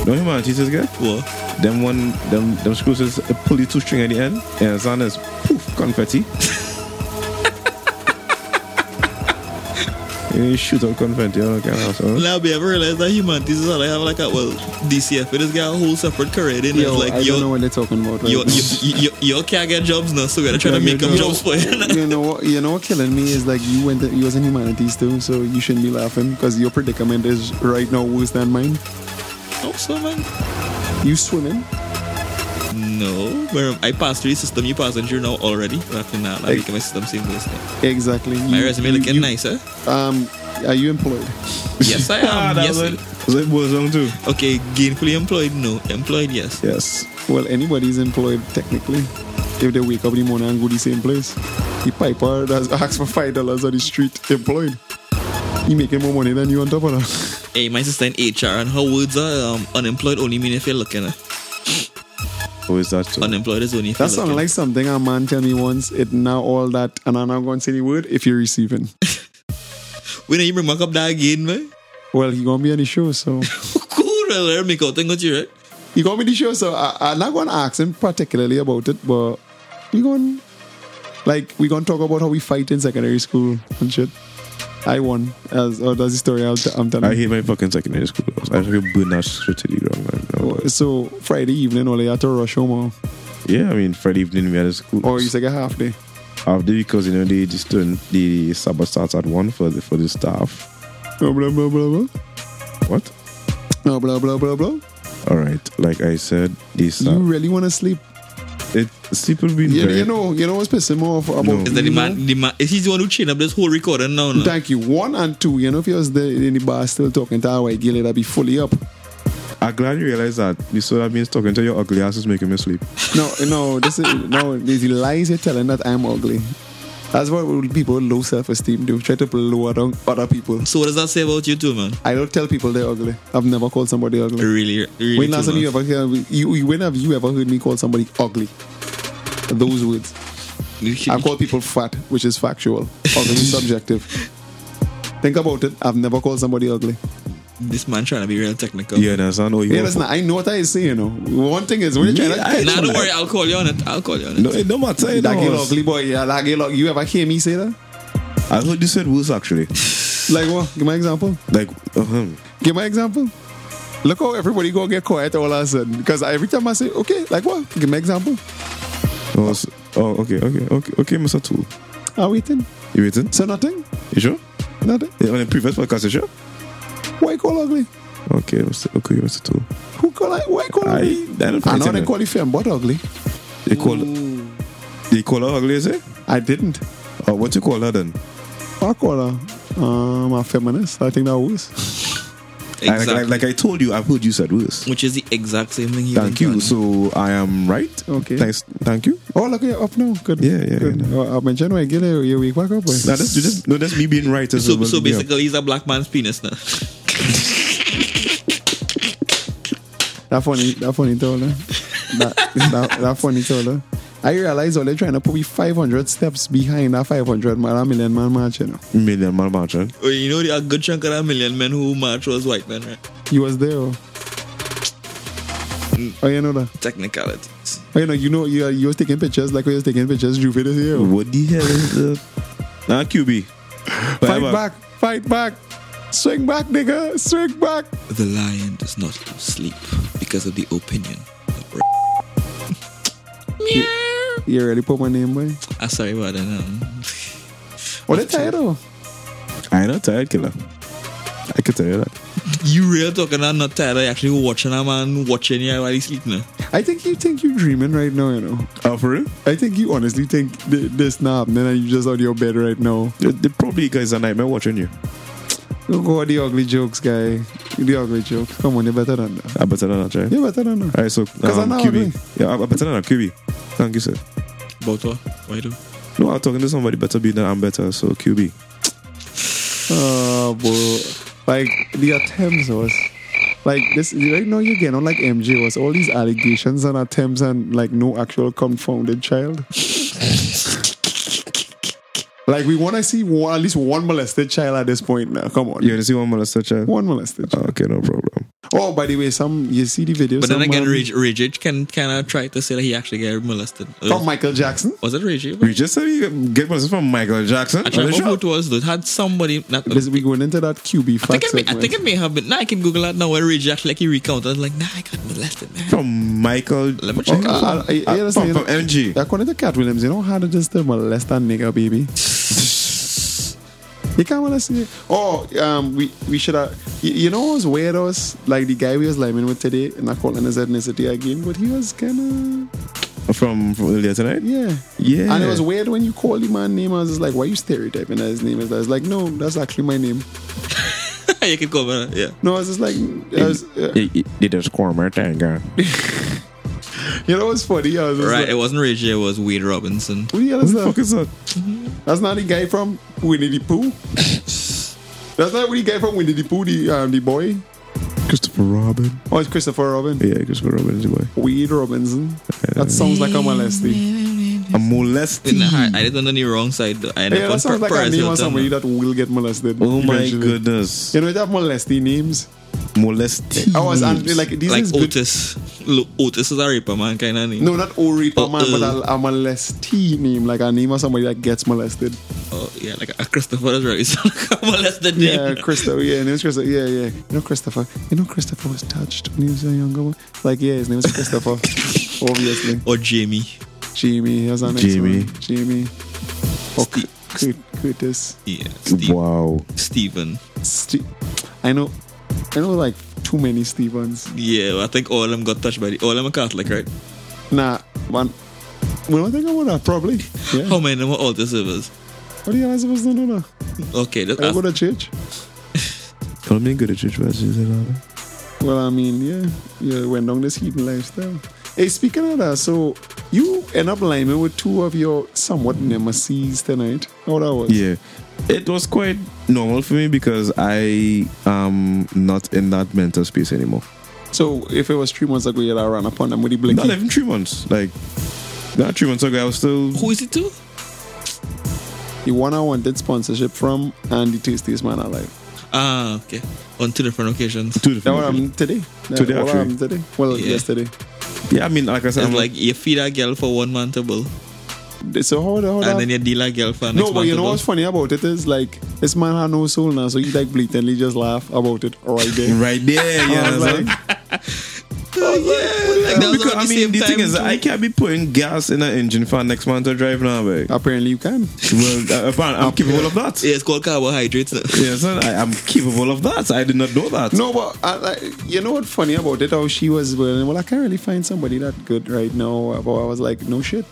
Speaker 4: No human teachers get
Speaker 3: what
Speaker 4: them one them them screws is a pulley two string at the end and it's on as poof (laughs) confetti. And you shoot out confetti, you know, kind of stuff.
Speaker 3: now we ever realized that humanities is all I have like a well DCF it has got a whole separate career and
Speaker 5: Yo,
Speaker 3: it's like
Speaker 5: I
Speaker 3: yo
Speaker 5: don't know what they're talking about. Right
Speaker 3: yo
Speaker 5: now.
Speaker 3: yo yo yo can't get jobs now so we gotta try to
Speaker 4: Can't
Speaker 3: make
Speaker 4: get
Speaker 3: up jobs
Speaker 4: jobs.
Speaker 3: for you (laughs)
Speaker 5: (laughs) you know what you know what killing me is like you went you was in humanities too so you shouldn't be laughing because your predicament is right now worse than mine
Speaker 3: also man
Speaker 5: you swimming
Speaker 3: no where I passed through the system you passed through now already after that like, making my system seamless now.
Speaker 5: exactly you,
Speaker 3: my resume
Speaker 5: you-
Speaker 3: looking
Speaker 5: you-
Speaker 3: nicer
Speaker 5: um are you employed
Speaker 3: yes I
Speaker 4: Ah,
Speaker 3: am
Speaker 4: (laughs) that
Speaker 3: yes
Speaker 4: was it. Was it was on too?
Speaker 3: okay gainfully employed no employed yes
Speaker 5: yes well anybody's employed technically if they wake up in the morning and go to the same place the piper (laughs) does ask for five dollars on the street employed he making more money than you on top of that (laughs)
Speaker 3: Hey, my sister in HR, and her words are um, unemployed only mean if you're looking. eh?
Speaker 4: Or is that so?
Speaker 3: Unemployed is only if
Speaker 5: that
Speaker 3: you're
Speaker 5: sounds
Speaker 3: looking.
Speaker 5: like something a man tell me once it now all that and i'm not going to say the word if you're receiving
Speaker 3: When you bring back up that again, man?
Speaker 5: well he gonna be on the show (laughs) so
Speaker 3: Cool, I'll let her make out thing with you, right?
Speaker 5: He got me the show, so I, I'm not going to ask him particularly about it, but we going like we going to talk about how we fight in secondary school and shit. I won, as or that's the story I'll t- I'm telling.
Speaker 4: I
Speaker 5: you.
Speaker 4: hate my fucking secondary school. class. I feel burn out straight to the ground, man. No, but-
Speaker 5: So Friday evening, only had to rush home, uh,
Speaker 4: Yeah, I mean Friday evening we had a school.
Speaker 5: or you take a half day.
Speaker 4: after because you know they just turn the Sabbath starts at one for the for the staff.
Speaker 5: Blah blah blah blah
Speaker 4: What?
Speaker 5: blah. Blah blah blah blah blah.
Speaker 4: All right, like I said, this
Speaker 5: You
Speaker 4: uh,
Speaker 5: really want to sleep?
Speaker 4: it people been
Speaker 5: You,
Speaker 4: very
Speaker 5: you know, you know what's pissing me off about
Speaker 4: No.
Speaker 3: Is that the man, the man, is he the one who chained up this whole recording now? No?
Speaker 5: Thank you. One and two. You know, if you was there in the bar still talking to our white girl, that'd be fully up.
Speaker 4: I'm glad you realize that. So that means talking to your ugly ass is making me sleep.
Speaker 5: No, no, this is no. These lies you're telling that I'm ugly. That's what people with low self-esteem do. Try to lower down other people.
Speaker 3: So what does that say about you too, man?
Speaker 5: I don't tell people they're ugly. I've never called somebody ugly.
Speaker 3: Really, really
Speaker 5: When
Speaker 3: too
Speaker 5: last time
Speaker 3: much.
Speaker 5: you ever hear- you, you- when have you ever heard me call somebody ugly? Those words.
Speaker 3: You should-
Speaker 5: I've called people fat, which is factual. Ugly is subjective. Think about it. I've never called somebody ugly.
Speaker 3: This man trying to be real technical.
Speaker 4: You understand? Oh, you
Speaker 5: Yeah, listen, I know what I say, you know. One thing is when you're trying to catch
Speaker 3: Nah,
Speaker 5: me,
Speaker 3: don't worry, I'll call you on it. I'll call you on it.
Speaker 4: no, it don't matter. You
Speaker 5: that girl
Speaker 4: know.
Speaker 5: ugly boy, yeah, that girl ugly. You ever hear me say that?
Speaker 4: I thought you said worse actually.
Speaker 5: Like what? Give my example.
Speaker 4: Like, uh-huh.
Speaker 5: Give my example. Look how everybody go get quiet all of a sudden. Because every time I say, okay, like what? Give me example.
Speaker 4: oh, s- oh, okay, okay, okay, okay, Mister Tool.
Speaker 5: I waiting.
Speaker 4: You waiting?
Speaker 5: So nothing.
Speaker 4: You sure?
Speaker 5: Nothing.
Speaker 4: Yeah, on the previous podcast, you sure?
Speaker 5: Why call ugly?
Speaker 4: Okay, Mister. Okay, Mister Tool.
Speaker 5: Who call I? Why call
Speaker 4: I, I
Speaker 5: ugly?
Speaker 4: don't
Speaker 5: I
Speaker 4: find
Speaker 5: know
Speaker 4: it,
Speaker 5: they
Speaker 4: man.
Speaker 5: call you femme, but ugly.
Speaker 4: They call. They call her ugly, is it?
Speaker 5: I didn't.
Speaker 4: Oh, What you call that then?
Speaker 5: Fuck all that. Um, a feminist. I think that was.
Speaker 4: Like-
Speaker 3: Exactly. Mm,
Speaker 4: Like, like, I told you, I've heard you said worse.
Speaker 3: Which is the exact same thing you've
Speaker 4: Thank you.
Speaker 3: done.
Speaker 4: So I am right.
Speaker 5: Okay.
Speaker 4: Thanks. Thank you.
Speaker 5: Oh, look, you're up now. Good.
Speaker 4: Yeah, yeah,
Speaker 5: Good.
Speaker 4: yeah.
Speaker 5: Uh, I've been trying to get it. You're weak. Back up. boy.
Speaker 4: Now that's, that's, no, that's me being right. as
Speaker 3: So,
Speaker 4: well.
Speaker 3: so
Speaker 4: Yeah.
Speaker 3: basically, he's a black man's penis now.
Speaker 5: That funny, that funny told
Speaker 4: (laughs)
Speaker 5: her. That, that, that funny told her. I realize all they're trying to put me 500 steps behind that 500 man, that million man march, you know.
Speaker 4: million man march, right?
Speaker 3: (laughs) Well, you know, there are a good chunk of that million men who march was white men, right?
Speaker 5: You was there. Oh, oh you know that.
Speaker 3: Technicalities.
Speaker 5: Oh, you know, you know, you, you was taking pictures like we was taking pictures. Jupiter here. oh.
Speaker 4: What the hell is that? Nah, QB.
Speaker 5: Fight
Speaker 4: Whatever.
Speaker 5: back, fight back. Swing back, nigga. Swing back.
Speaker 3: The lion does not lose sleep because of the opinion. Of
Speaker 5: You already put my name, boy.
Speaker 3: ah, sorry about that. Um,
Speaker 5: Oh, they tired, though.
Speaker 4: I know tired killer. I could tell you that.
Speaker 3: you real talking? I'm not tired. I actually watching a man watching you while he's sleeping. now.
Speaker 5: I think you think you're dreaming right now, you know.
Speaker 4: Oh, for real?
Speaker 5: I think you honestly think th- this not happening and you just out of your bed right now.
Speaker 4: The, the probably guys are nightmare watching you.
Speaker 5: Don't go with the ugly jokes, guy. The ugly jokes. Come on, you're better than that.
Speaker 4: I better not, right?
Speaker 5: You're better than that.
Speaker 4: Alright, so um,
Speaker 5: I know how to
Speaker 4: QB. Yeah, I I better not QB. Thank you, sir.
Speaker 3: About what? Why do?
Speaker 4: No, I'm talking to somebody better be than I'm better. So QB.
Speaker 5: Oh, bro. Like, the attempts was. Like, this, right now you're getting on like MJ was. All these allegations and attempts and like no actual confounded child. like, we want to see one, at least one molested child at this point now. Come on.
Speaker 4: You want to see one more such a?
Speaker 5: One molested child.
Speaker 4: Okay, no problem.
Speaker 5: Oh, by the way, some, you see the video.
Speaker 3: But then
Speaker 5: some,
Speaker 3: again,
Speaker 5: um,
Speaker 3: Rage, Rage Rage can kind of try to say that he actually got molested.
Speaker 5: Oh, Michael Jackson.
Speaker 3: was it Rage? Rage?
Speaker 4: We just said you get one from Michael Jackson.
Speaker 3: Actually, I
Speaker 4: Are you
Speaker 3: don't know who
Speaker 4: sure?
Speaker 3: it was though. It had somebody. Not,
Speaker 5: This, we going into that QB
Speaker 3: I think,
Speaker 5: fact
Speaker 3: it may, I
Speaker 5: segment.
Speaker 3: think it may have been. Now I can Google that now. Where Rage actually like he recounted. I was like, nah, I got molested, man. (laughs)
Speaker 4: From Michael.
Speaker 3: Let me check
Speaker 4: Oh,
Speaker 3: out.
Speaker 4: uh,
Speaker 5: I- I- I
Speaker 4: uh,
Speaker 5: understand,
Speaker 4: From,
Speaker 5: you
Speaker 4: from
Speaker 5: know,
Speaker 4: MG.
Speaker 5: According to Cat Williams, you know how to just tell molest a nigga, baby. you can't molest it. Oh, um, we we should have. You, you know what's weird? Us like the guy we was liming with today, and I calling his ethnicity again, but he was kind of
Speaker 4: From, from earlier tonight?
Speaker 5: yeah.
Speaker 4: Yeah.
Speaker 5: And it was weird when you called him my name. I was just like, "Why you stereotyping that his name is?" that?" I was like, "No, that's actually my name."
Speaker 3: you can call me. that, Yeah.
Speaker 5: No, I was just like, I was, uh,
Speaker 4: It, it, it is Cormac Tanger.
Speaker 5: "You know what's funny?" I was just
Speaker 3: Right, it
Speaker 5: Like,
Speaker 3: wasn't Rage, it was Wade Robinson.
Speaker 5: what do you
Speaker 4: What the fuck
Speaker 5: understand?
Speaker 4: is that?
Speaker 5: That's not the guy from Winnie the
Speaker 4: (laughs)
Speaker 5: Pooh. That's not the guy from Winnie the Pooh, the um, the boy.
Speaker 4: Christopher Robin.
Speaker 5: Oh, it's Christopher Robin.
Speaker 4: Yeah, Christopher Robin is the boy.
Speaker 5: Weed Robinson. That sounds like a molesty.
Speaker 4: A molested.
Speaker 3: In the heart. I did not on the wrong side. though. I ended
Speaker 5: Yeah,
Speaker 3: up on
Speaker 5: that sounds like a
Speaker 3: Paris
Speaker 5: name of
Speaker 3: Hilton,
Speaker 5: somebody
Speaker 3: though.
Speaker 5: that will get molested.
Speaker 4: Oh my
Speaker 5: eventually.
Speaker 4: goodness.
Speaker 5: You know, they have molesty names.
Speaker 4: Molested.
Speaker 5: I was and, like, these
Speaker 3: Like
Speaker 5: is good.
Speaker 3: Otis. Look, Otis is a rapper, man, kind of name.
Speaker 5: No, not Ori
Speaker 3: Oh,
Speaker 5: man, but
Speaker 3: uh.
Speaker 5: a, a molestee name, like a name of somebody that gets molested.
Speaker 3: Oh, yeah, like a Christopher is right. (laughs) So, well, that's the name.
Speaker 5: Yeah, Christopher. Yeah, his name's Christopher. Yeah, yeah. You know, Christopher. You know, Christopher was touched when he was a younger one. Like, yeah, his name is Christopher. Obviously.
Speaker 3: Or Jamie.
Speaker 5: Jamie. How's our next
Speaker 4: Jamie.
Speaker 5: one? Jamie. Oh, Cu- Cu- Curtis.
Speaker 3: Yeah. Steve.
Speaker 4: Wow.
Speaker 3: Steven.
Speaker 5: Ste- I know. I know like too many Stevens.
Speaker 3: Yeah, I think all of them got touched by the. All of them are Catholic, right?
Speaker 5: Nah, one. We don't think I wanna probably.
Speaker 4: Oh.
Speaker 5: Yeah.
Speaker 3: How many of them are altar servers?
Speaker 5: What are you guys supposed to do now?
Speaker 3: Okay, that's.
Speaker 5: I go to church.
Speaker 4: Tell me good at church verses and all that.
Speaker 5: Well, I mean, yeah, you went down this heathen lifestyle. Hey, speaking of that, so you end up liming with two of your somewhat nemesis tonight. How that was?
Speaker 4: Yeah. It was quite normal for me because I am not in that mental space anymore.
Speaker 5: So if it was three months ago, you'd have run upon them with the blinky.
Speaker 4: Not even three months. Like, not three months ago, I was still.
Speaker 3: Who is it to?
Speaker 5: The one I wanted sponsorship from and the tastiest man alive.
Speaker 3: Ah, okay. On two different occasions.
Speaker 4: Two
Speaker 5: That
Speaker 4: different
Speaker 5: what happened today. That
Speaker 4: Mm-hmm. Today,
Speaker 5: what
Speaker 4: actually.
Speaker 5: happened today. Well,
Speaker 3: Yeah.
Speaker 5: yesterday.
Speaker 4: Yeah, I mean, like I said,
Speaker 3: It's
Speaker 4: I'm
Speaker 3: like
Speaker 4: like,
Speaker 3: you feed a girl for one man table,
Speaker 5: So how how that?
Speaker 3: and then you deal a girl for next
Speaker 5: no, but you know
Speaker 3: man
Speaker 5: what's funny about it is like this man had no soul now, so he like blatantly just laugh about it right there.
Speaker 4: (laughs) right there.
Speaker 5: I
Speaker 4: Yeah,
Speaker 5: was
Speaker 4: that's
Speaker 5: like,
Speaker 4: like,
Speaker 5: I was like, what do you
Speaker 3: Like, that was
Speaker 4: because
Speaker 3: on
Speaker 4: I
Speaker 3: the
Speaker 4: mean,
Speaker 3: same
Speaker 4: the thing
Speaker 3: time
Speaker 4: is,
Speaker 3: too.
Speaker 4: I can't be putting gas in an engine for next man to drive now, babe.
Speaker 5: Apparently, you can.
Speaker 4: Well, uh, apparently, I'm capable of that.
Speaker 3: Yeah, it's called carbohydrates. now.
Speaker 4: Yeah, son, I, I'm capable of that. I did not know that.
Speaker 5: No, but I, like, you know what's funny about it? How she was, well, well, I can't really find somebody that good right now. But I was like, no shit.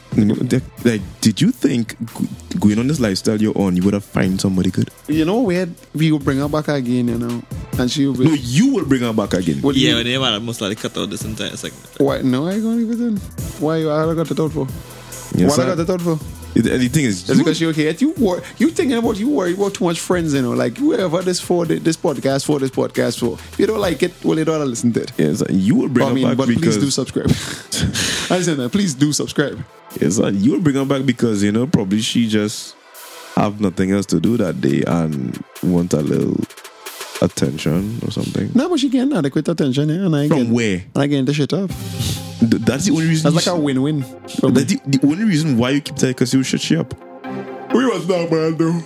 Speaker 4: Like, did you think g- going on this lifestyle you're on, you would have find somebody good?
Speaker 5: You know, we had, we will bring her back again, you know. And she will be.
Speaker 4: No, you will bring her back again.
Speaker 5: what do
Speaker 3: Yeah,
Speaker 5: you-
Speaker 3: but they might have most likely cut out this entire segment.
Speaker 5: Why? No, I going with him. Why? you- What I got the thought for?
Speaker 4: Yes,
Speaker 5: what I
Speaker 4: sir.
Speaker 5: got the thought for?
Speaker 4: It- and the thing is,
Speaker 5: Just
Speaker 4: you-
Speaker 5: because you're here, you wor- you thinking about you worry about too much friends, you know. Like whoever this for th- this podcast for this podcast for. If you don't like it, well, you don't listen to it.
Speaker 4: yes, sir, you will bring
Speaker 5: I
Speaker 4: her
Speaker 5: mean,
Speaker 4: back
Speaker 5: but
Speaker 4: because
Speaker 5: please do subscribe. (laughs) I said that. Please do subscribe.
Speaker 4: (laughs) yes, sir, you will bring her back because you know probably she just have nothing else to do that day and want a little attention or something.
Speaker 5: No, but she getting adequate attention, yeah, and I
Speaker 4: From
Speaker 5: get,
Speaker 4: where?
Speaker 5: And I getting the shit up.
Speaker 4: Th- that's the only reason.
Speaker 5: That's like
Speaker 4: you-
Speaker 5: a win-win. for me.
Speaker 4: That's the, the only reason why you keep telling because you shut she up.
Speaker 5: We was not bad though.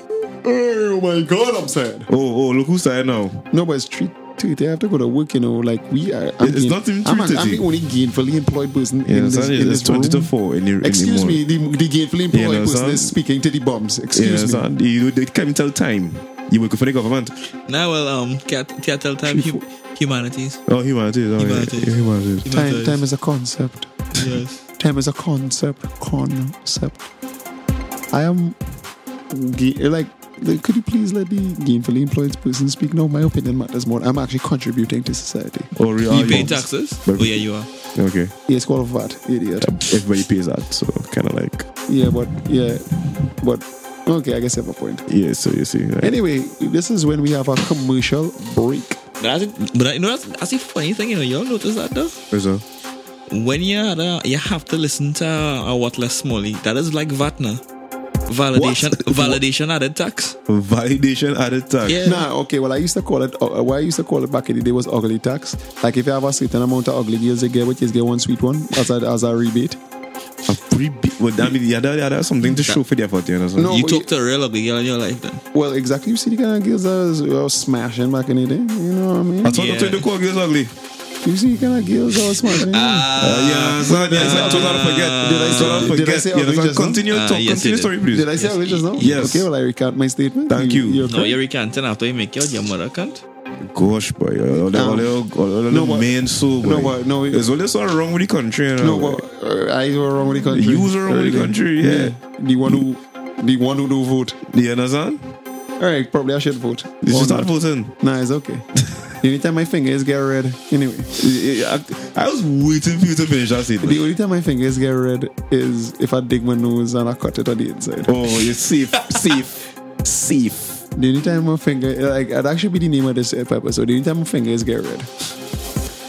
Speaker 5: Oh my god, I'm sad.
Speaker 4: Oh, oh, look who's there now.
Speaker 5: No, but it's treat. treat. I have to go to work, you know. Like we are. I'm
Speaker 4: It's not even
Speaker 5: I'm, a- I'm
Speaker 4: treated.
Speaker 5: the only gainfully employed person
Speaker 4: Yeah,
Speaker 5: in this,
Speaker 4: son, it's,
Speaker 5: in this
Speaker 4: it's 20 to
Speaker 5: room.
Speaker 4: 4 in the, in the
Speaker 5: Excuse
Speaker 4: morning.
Speaker 5: me, the, the gainfully employed
Speaker 4: Yeah, no,
Speaker 5: person
Speaker 4: son.
Speaker 5: is speaking to the bombs.
Speaker 4: Yeah,
Speaker 5: Excuse me.
Speaker 4: son, you, they can't tell time. You work for the government.
Speaker 3: Now, well, um, can't, can't tell time hum- humanities.
Speaker 4: Oh, humanities. Oh,
Speaker 3: Humanities.
Speaker 4: Yeah, humanities.
Speaker 5: Time,
Speaker 3: Humanities,
Speaker 5: time is a concept.
Speaker 3: yes.
Speaker 5: Time is a concept. Concept. I am ga- like, like, could you please let the gainfully employed person speak? No, my opinion matters more. I'm actually contributing to society.
Speaker 4: Oh, real
Speaker 3: You pay
Speaker 4: bombs.
Speaker 3: taxes?
Speaker 4: But-
Speaker 3: oh, yeah, you are.
Speaker 4: Okay.
Speaker 5: Yes, call of that idiot.
Speaker 4: Everybody pays that, so kind of like,
Speaker 5: Yeah, but yeah, but okay. I guess I have a point.
Speaker 4: yeah, so you see. Like,
Speaker 5: Anyway, this is when we have a commercial break.
Speaker 3: But, I think, but I- you know, that's, that's the funny thing, you know, y'all notice that though?
Speaker 4: so,
Speaker 3: When you are uh, you have to listen to uh, a what less smally. That is like Vatna. Validation,
Speaker 4: What?
Speaker 3: validation added tax.
Speaker 4: validation added tax.
Speaker 3: Yeah.
Speaker 5: Nah, okay. Well, I used to call it. Uh, what I used to call it back in the day was ugly tax. Like if you have a certain amount of ugly girls, you get what you get one sweet one as a as a rebate.
Speaker 4: A free bit. Well, I mean, yeah, that, yeah, that's something to show for the effort, you know. So.
Speaker 5: No.
Speaker 3: you
Speaker 5: but
Speaker 3: talk to a real ugly girl in your life then.
Speaker 5: Well, exactly. You see the kind of girls that was uh, smashing back in the day. You know what I mean?
Speaker 4: I thought
Speaker 3: Yeah.
Speaker 4: I told the call girls ugly.
Speaker 5: You see the kind of
Speaker 4: (laughs)
Speaker 5: girls
Speaker 4: Ah,
Speaker 5: that was smashing.
Speaker 4: Uh, yeah, so, yeah, so I told her to forget.
Speaker 5: Did I say-
Speaker 4: told her to
Speaker 5: did I
Speaker 4: forget.
Speaker 5: say
Speaker 4: Yeah,
Speaker 5: ugly
Speaker 4: so
Speaker 5: just now?
Speaker 4: Continue,
Speaker 3: Uh,
Speaker 4: talk,
Speaker 3: yes, you
Speaker 4: continue
Speaker 3: did.
Speaker 4: story, please.
Speaker 5: Did I say ugly just now?
Speaker 4: Yes.
Speaker 5: Okay. Well, I recant my statement.
Speaker 4: Thank you.
Speaker 5: you're
Speaker 3: No,
Speaker 5: correct.
Speaker 3: you're recanting after you make your, your mother can't.
Speaker 4: Gosh, boy, all the,
Speaker 5: No.
Speaker 4: all the, all the
Speaker 5: No, but-
Speaker 4: men so, boy.
Speaker 5: no, but- no, it-
Speaker 4: There's only something wrong with the country, you know.
Speaker 5: No, but uh, I were wrong with the country.
Speaker 4: You was wrong with the country, yeah.
Speaker 5: The one who, the one who do vote.
Speaker 4: Do you understand?
Speaker 5: All right, probably I should vote.
Speaker 4: You
Speaker 5: Or
Speaker 4: should start
Speaker 5: not.
Speaker 4: voting.
Speaker 5: Nah,
Speaker 4: (laughs)
Speaker 5: it's okay. the only time my fingers get red, anyway.
Speaker 4: I, I was waiting for you to finish that
Speaker 5: The
Speaker 4: statement.
Speaker 5: only time my fingers get red is if I dig my nose and I cut it on the inside.
Speaker 4: Oh, you're safe, safe, safe.
Speaker 5: The only time my finger, like, that actually be the name of this episode. The only time my fingers get red.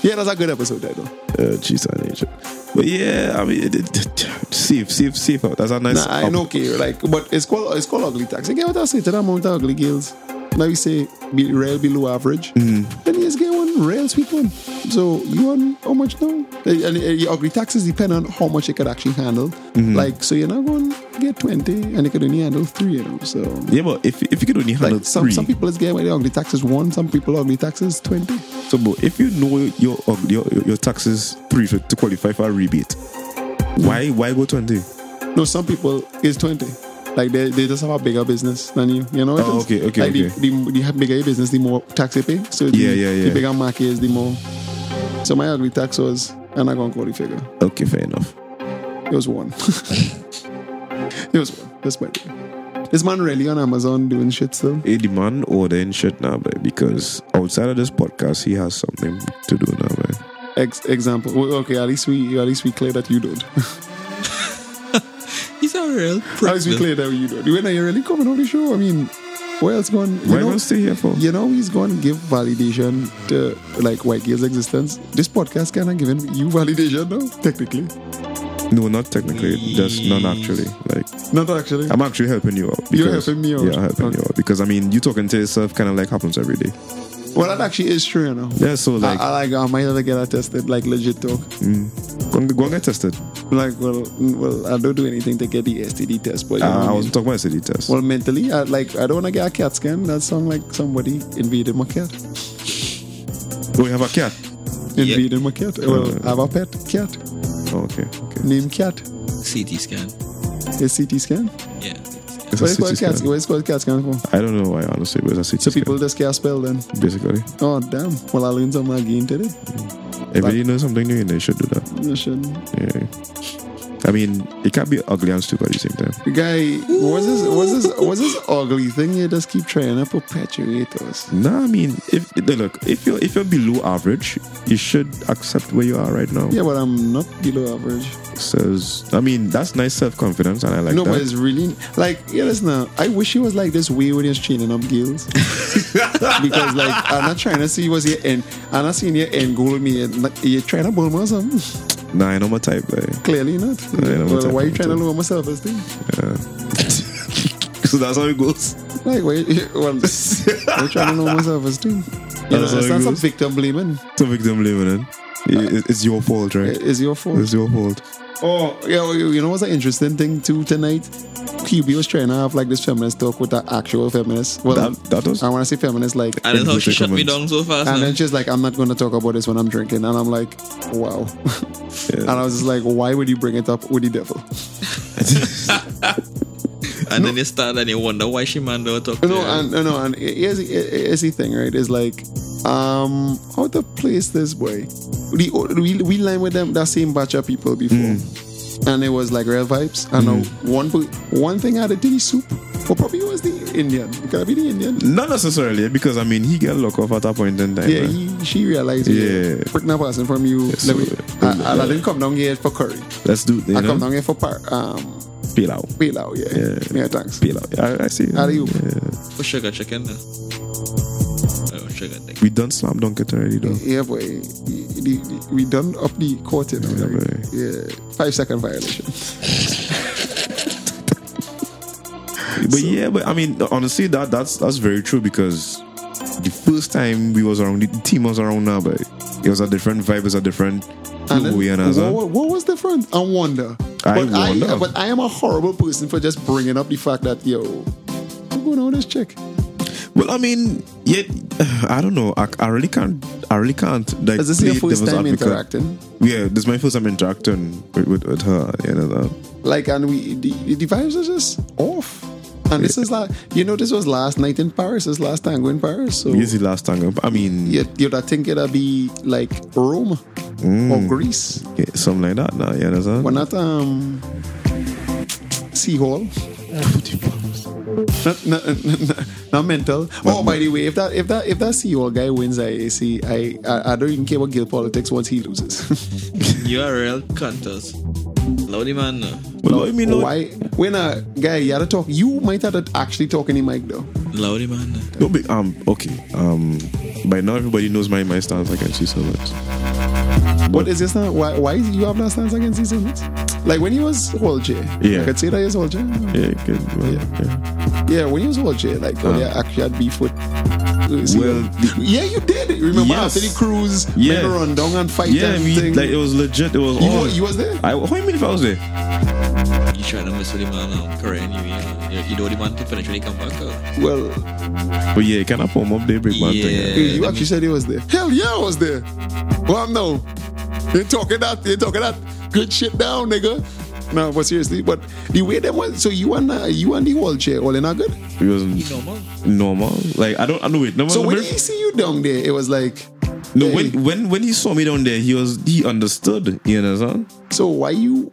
Speaker 5: Yeah, that's a good episode title.
Speaker 4: (laughs) Uh, geez, I need you. But yeah, I mean, it, it, it- safe, safe, safe. That's a nice.
Speaker 5: Nah, I
Speaker 4: up-
Speaker 5: know, okay, like, but it's called it's called ugly tax. You get what I say to that amount of ugly girls. Now you say be real below average, then you just get one real sweet one. So you on how much now? And and your ugly taxes depend on how much you could actually handle. Like, so you're not going to get twenty, and you could only handle three, you know. So.
Speaker 4: Yeah, but if if you could only handle
Speaker 5: Like some,
Speaker 4: three,
Speaker 5: some people is getting away with ugly taxes one, some people ugly taxes twenty.
Speaker 4: so but if you know your um, your your taxes three for, to qualify for a rebate, why why go twenty?
Speaker 5: No, some people is twenty. Like they, they just have a bigger business than you. You know what
Speaker 4: Oh,
Speaker 5: it is?
Speaker 4: okay, okay,
Speaker 5: like
Speaker 4: okay.
Speaker 5: The, the, the bigger your business, the more tax you pay. So the,
Speaker 4: Yeah, yeah, yeah.
Speaker 5: the bigger market is, the more. So my ugly tax was, and I'm gonna call the figure.
Speaker 4: Okay, fair enough.
Speaker 5: It was one. (laughs) it was one. That's my day. This man really on Amazon doing shit still.
Speaker 4: A demand ordering shit now, man, because outside of this podcast, he has something to do now, man.
Speaker 5: Ex- example. Well, okay, at least we at least we clear that you don't. (laughs)
Speaker 3: He's a real
Speaker 5: at least we
Speaker 3: prick,
Speaker 5: clear that you don't. When are you really coming on the show? I mean, where else going? You
Speaker 4: Why
Speaker 5: know,
Speaker 4: not stay here for?
Speaker 5: you know he's going to give validation to like white girls existence this podcast kind of giving you validation now technically
Speaker 4: No, not technically. Just none actually. Like
Speaker 5: not actually
Speaker 4: I'm actually helping you out.
Speaker 5: You're helping me out.
Speaker 4: Yeah, I'm helping
Speaker 5: Okay.
Speaker 4: you out because I mean, you talking to yourself kind of like happens every day.
Speaker 5: well that actually is true you know
Speaker 4: Yeah, so like,
Speaker 5: I, I like I might have to get that tested like legit talk
Speaker 4: go, and- go and get tested.
Speaker 5: like well mm, well I don't do anything to get the STD test but you know
Speaker 4: Uh,
Speaker 5: what
Speaker 4: I
Speaker 5: Ah, I
Speaker 4: was
Speaker 5: mean?
Speaker 4: talking about STD test.
Speaker 5: well mentally I like I don't want to get a cat scan that sound like somebody invaded my cat
Speaker 4: oh, you have a cat.
Speaker 5: invading my cat. Well, I have a pet cat
Speaker 4: Oh, okay. Okay.
Speaker 5: named Cat.
Speaker 3: CT scan.
Speaker 5: It's CT scan.
Speaker 3: Yeah.
Speaker 4: It's
Speaker 5: What is called
Speaker 4: CT
Speaker 5: cat
Speaker 4: scan.
Speaker 5: What is called cat scan for?
Speaker 4: I don't know why, honestly, but it's a CT
Speaker 5: So
Speaker 4: scan,
Speaker 5: people just can't spell then.
Speaker 4: basically.
Speaker 5: Oh damn. Well, I learned something again today.
Speaker 4: Everybody knows something new and they should do that.
Speaker 5: I shouldn't.
Speaker 4: Yeah. I mean, it can't be ugly and stupid at the same time.
Speaker 5: Guy, what's this? What's this? What's this ugly thing you just keep trying to perpetuate us?
Speaker 4: Nah, I mean, if look, if you're if you're below average, you should accept where you are right now.
Speaker 5: Yeah, but I'm not below average.
Speaker 4: Says, I mean, that's nice self confidence, and I like
Speaker 5: no,
Speaker 4: that.
Speaker 5: but it's really like yeah. Listen, now, I wish he was like this way when he was training up girls, because like I'm not trying to see what's your end. I'm not seeing your end goal. Me, you're not- you're trying to bomb or something.
Speaker 4: nah, I know my type, like.
Speaker 5: Clearly not.
Speaker 4: Yeah, I'm
Speaker 5: well, why you
Speaker 4: type-
Speaker 5: trying to lower myself esteem? (laughs)
Speaker 4: so that's how it goes.
Speaker 5: Like why? (laughs) Well, why you trying to lower myself esteem? You know,
Speaker 4: That's how
Speaker 5: it's
Speaker 4: it
Speaker 5: not some
Speaker 4: goes.
Speaker 5: victim blaming.
Speaker 4: It's a victim blaming, man. It- it- It's your fault, right?
Speaker 5: It's your fault.
Speaker 4: It's your fault.
Speaker 5: Oh, yeah, well, you you know what's an interesting thing too tonight? QB was trying to have like this feminist talk with an actual feminist. Well,
Speaker 4: That- that was-
Speaker 5: I want to say feminist, like,
Speaker 3: And that's how she
Speaker 4: Inclusive
Speaker 3: shut me down
Speaker 4: comments.
Speaker 3: so fast.
Speaker 5: and
Speaker 3: man.
Speaker 5: then she's like, I'm not going to talk about this when I'm drinking. And I'm like, wow. (laughs) and I was just like, why would you bring it up with the devil?
Speaker 3: And then you start and you wonder why she man don't talk to
Speaker 5: You know,
Speaker 3: you.
Speaker 5: and you know, and here's, here's the thing, right? It's like, um, how to place this boy? We we, we line with them that same batch of people before,
Speaker 4: Mm.
Speaker 5: and it was like real vibes. And now one po- one thing added to the soup, or probably was the Indian. It gotta be the Indian.
Speaker 4: Not necessarily, because I mean, he got locked off at that point in time.
Speaker 5: Yeah,
Speaker 4: right?
Speaker 5: he, she realized.
Speaker 4: Yeah.
Speaker 5: freaking a person from you.
Speaker 4: Yes,
Speaker 5: let me,
Speaker 4: sir.
Speaker 5: I, I, I didn't come down here for curry.
Speaker 4: Let's do. You
Speaker 5: I
Speaker 4: know?
Speaker 5: come down here for par, um,
Speaker 4: Peel out.
Speaker 5: pilau. Yeah, yeah,
Speaker 4: Yeah.
Speaker 5: thanks.
Speaker 4: Peel out. I, I see.
Speaker 5: How do you-
Speaker 4: Yeah.
Speaker 3: Put sugar chicken there. Oh, sugar thing.
Speaker 4: We done slam dunk it already, though.
Speaker 5: Yeah, boy. The- the- the- we done up the court, you know.
Speaker 4: Yeah,
Speaker 5: like,
Speaker 4: boy.
Speaker 5: yeah. Five second violation.
Speaker 4: But yeah, but I mean, honestly, that that's that's very true because the first time we was around, the team was around now, but it was a different vibe, it was a different way and as
Speaker 5: what,
Speaker 4: well.
Speaker 5: what, what was the front? I wonder.
Speaker 4: I
Speaker 5: but I,
Speaker 4: wonder.
Speaker 5: but I am a horrible person for just bringing up the fact that yo, I'm going on with this chick.
Speaker 4: Well, I mean, yeah, (sighs) I don't know. I, I really can't. I really can't. Like,
Speaker 5: Is this your
Speaker 4: play
Speaker 5: first
Speaker 4: devil's
Speaker 5: time
Speaker 4: advocate.
Speaker 5: interacting?
Speaker 4: Yeah, this is my first time interacting with, with, with her. You know that.
Speaker 5: Like, and we the, the vibes are just off. And this is like you know, this was last night in Paris. This last tango in Paris. So
Speaker 4: Yes, the last time. I mean,
Speaker 5: you you'd think it'd be like Rome
Speaker 4: Mm.
Speaker 5: or Greece,
Speaker 4: yeah, something like that. Now, you understand?
Speaker 5: but not um, Sea Hall. not, not, not, not mental. Oh, by the way, if that if that if that CEO guy wins IAC, I I, I don't even care about guild politics once he loses. (laughs)
Speaker 3: You are real cunters. Lordy man. no.
Speaker 4: But what do you mean? no-
Speaker 5: Why? When a guy you had to talk, you might have to actually talk in the mic though.
Speaker 3: Lordy man. no.
Speaker 4: No big. Um. Okay. Um. By now, everybody knows my my stance against these helmets.
Speaker 5: What is this now? Why why do you have last stance against these units? Like when he was Hall J,
Speaker 4: Yeah.
Speaker 5: I could say that he was Hall J.
Speaker 4: Yeah. Good. Well, yeah.
Speaker 5: Yeah, when he was Hall J, like well, yeah, actually had beef with. uh, CEO.
Speaker 4: Well, the-
Speaker 5: yeah, you did. Remember
Speaker 4: Yes.
Speaker 5: after the cruise,
Speaker 4: Yeah.
Speaker 5: yeah. run down and fight
Speaker 4: Yeah.
Speaker 5: and
Speaker 4: we,
Speaker 5: thing.
Speaker 4: like it was legit. It was
Speaker 5: you,
Speaker 4: all.
Speaker 5: wa- you was there.
Speaker 4: I. How do you mean if I was there?
Speaker 3: You try to mess with the man um, Korea anyway. uh, You, you know the man to finish when he come back out.
Speaker 5: Well,
Speaker 4: But yeah, can I form up daybreak man thing?
Speaker 3: Yeah.
Speaker 4: yeah.
Speaker 5: you actually said he was there. Hell yeah, I was there. Well, no, they talking that, they talking that good shit down, nigga. No, but seriously, but the way them was, so you and uh, you and the whole chair all in a good.
Speaker 4: It was
Speaker 3: Normal.
Speaker 4: normal. Like I don't. I don't wait. No,
Speaker 5: So
Speaker 4: no,
Speaker 5: when
Speaker 4: no,
Speaker 5: he see you down there, it was like,
Speaker 4: no
Speaker 5: hey,
Speaker 4: when when when he saw me down there, he was he understood. You understand?
Speaker 5: so why you?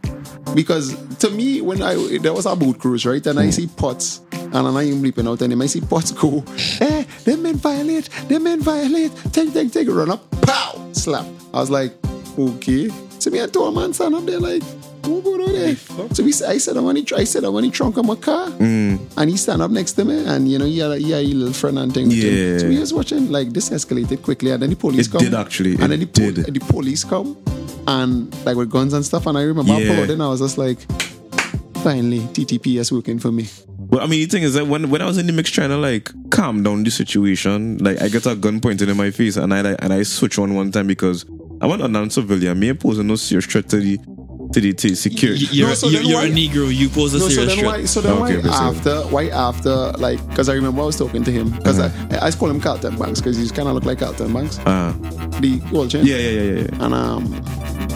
Speaker 5: Because to me, when I there was a boat cruise, right, and I
Speaker 4: Mm.
Speaker 5: see pots. And I'm not even bleeping out and I see pots go, eh, them men violate, them men violate, take, take, take, run up, pow, slap. I was like, okay. So me and two man stand up there like, what go down there? So we, I said, I want to, I said, I want to trunk of my car.
Speaker 4: Mm.
Speaker 5: And he stand up next to me and, you know, he had a, he had a little friend and thing. with him.
Speaker 4: Yeah.
Speaker 5: So we was watching, like, this escalated quickly and then the police
Speaker 4: It
Speaker 5: come.
Speaker 4: did actually.
Speaker 5: And
Speaker 4: It
Speaker 5: then the, pol-
Speaker 4: did.
Speaker 5: the police come and, like, with guns and stuff. And I remember
Speaker 4: Yeah.
Speaker 5: applauding. I was just like, finally, TTPS working for me.
Speaker 4: But I mean, the thing is that when when I was in the mix trying to like calm down the situation, like I got a gun pointed in my face, and I like, and I switch on one time because I'm an unarmed civilian. Me posing no serious threat to the to the to secure.
Speaker 3: Y- You're,
Speaker 5: No, so
Speaker 3: you're,
Speaker 5: then
Speaker 3: you're a
Speaker 5: why-
Speaker 3: Negro. You pose a
Speaker 5: No, so
Speaker 3: serious
Speaker 5: then why?
Speaker 3: threat.
Speaker 5: So then
Speaker 4: Okay, okay,
Speaker 5: why
Speaker 4: so-
Speaker 5: after? Why after? Like, because I remember I was talking to him because I, I call him Carlton Banks because he kind of look like Carlton Banks,
Speaker 4: Uh,
Speaker 5: the old chain.
Speaker 4: yeah, yeah, yeah, yeah, yeah.
Speaker 5: And um,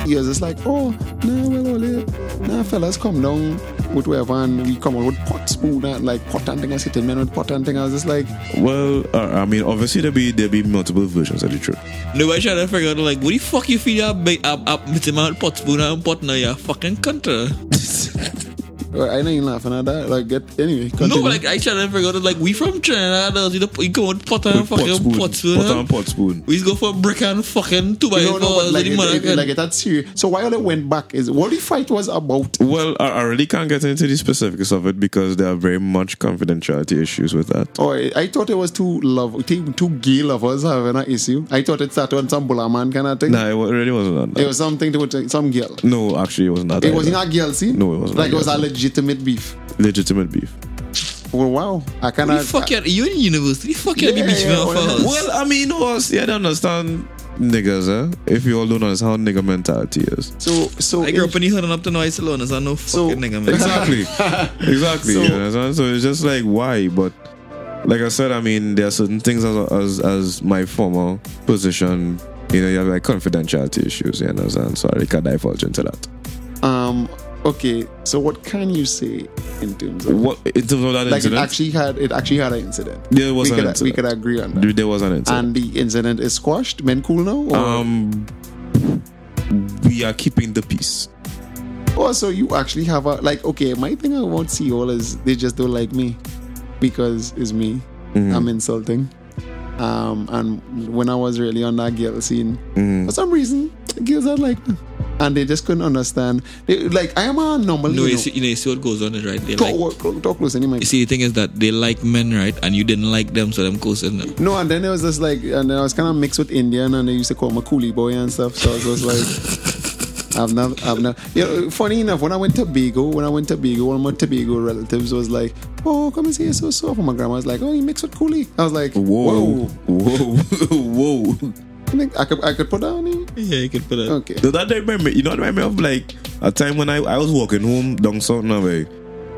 Speaker 5: he was just like, oh, nah, well, well, nah, fellas, come down with whatever, and we come out with pot spoon and like pot and thing, I sit in men with pot and thing. I was just like,
Speaker 4: Well, uh, I mean, obviously there be there be multiple versions of the truth.
Speaker 3: Nobody trying to figure out like what the fuck you feel up big up up with him out pot spoon and pot now you fucking cunt. uh.
Speaker 5: well, I know you laughing at that. Like, get anyway. Continue.
Speaker 3: No, but like I trying to figure out like we from Trinidad. uh, You, know, you go with pot and fucking pot spoon.
Speaker 4: pot
Speaker 3: uh.
Speaker 4: and pot spoon.
Speaker 3: We just go for brick and fucking two by
Speaker 5: no,
Speaker 3: four.
Speaker 5: no, but
Speaker 3: like,
Speaker 5: like, it, it, it,
Speaker 3: American.
Speaker 5: like it had serious. So why all it went back is what the fight was about.
Speaker 4: Well, I, I really can't get into the specifics of it because there are very much confidentiality issues with that.
Speaker 5: Oh, I I thought it was two love, two, two gay lovers having an issue. I thought it started on some Bulaman kind of thing.
Speaker 4: Nah, it wa- really wasn't on that.
Speaker 5: It was something to with some girl.
Speaker 4: no, actually, it was not.
Speaker 5: It
Speaker 4: either.
Speaker 5: was not girl, see?
Speaker 4: No, it was not
Speaker 5: Like it was
Speaker 4: girl.
Speaker 5: a legitimate beef.
Speaker 4: legitimate beef.
Speaker 5: Well, wow. I
Speaker 3: What
Speaker 5: cannot.
Speaker 3: the fuck you you in university? Fuck you yeah,
Speaker 5: Yeah,
Speaker 3: be beating
Speaker 5: yeah,
Speaker 3: me off
Speaker 5: well,
Speaker 3: us.
Speaker 4: Well, I mean, us, yeah, I don't understand niggas, eh? If you all don't understand how nigga mentality
Speaker 5: (laughs)
Speaker 4: is.
Speaker 5: So, so
Speaker 3: I grew up in the hood and up to now Salon, so I know
Speaker 5: So-
Speaker 3: fucking nigga man.
Speaker 4: Exactly. (laughs) exactly.
Speaker 5: So-
Speaker 4: you understand? so it's just like, why? But like I said, I mean, there are certain things as, as, as my former position, you know, you have like confidentiality issues, you understand? So I can't divulge into that.
Speaker 5: um, okay. So, what can you say in terms of
Speaker 4: What, in terms of that
Speaker 5: like it
Speaker 4: incident,
Speaker 5: actually had it actually had an incident.
Speaker 4: There was
Speaker 5: we
Speaker 4: an
Speaker 5: could,
Speaker 4: incident.
Speaker 5: We could agree on that.
Speaker 4: there was an incident.
Speaker 5: And the incident is squashed. Men cool now. Or,
Speaker 4: um, we are keeping the peace.
Speaker 5: Oh, so you actually have a like okay, my thing about all is they just don't like me because it's me. I'm insulting. Um and when I was really on that girl scene, for some reason, girls are like me. And they just couldn't understand. They, like I am an anomaly.
Speaker 3: No,
Speaker 5: you
Speaker 3: you
Speaker 5: know.
Speaker 3: see, you, know, you see what goes on, is right? They
Speaker 5: Talk,
Speaker 3: like,
Speaker 5: talk, talk close anyway.
Speaker 3: you see, the thing is that they like men, right? And you didn't like them, so them causing them.
Speaker 5: No, and then it was just like, and I was kind of mixed with Indian, and they used to call me coolie boy and stuff. So I was just like,
Speaker 4: (laughs)
Speaker 5: I've not, I've not. You know, funny enough, when I went to Tobago, when I went to Tobago, one of my Tobago relatives was like, "Oh, come and see you so soft." And my grandma was like, "Oh, you mixed with coolie." I was like, "Whoa!"
Speaker 4: Whoa, whoa, (laughs) whoa.
Speaker 5: I, think I could, I could put that on you.
Speaker 3: Yeah, you could put it.
Speaker 5: Okay.
Speaker 4: Does that remind me? You know, that remind me of like a time when I, I was walking home down South Norway,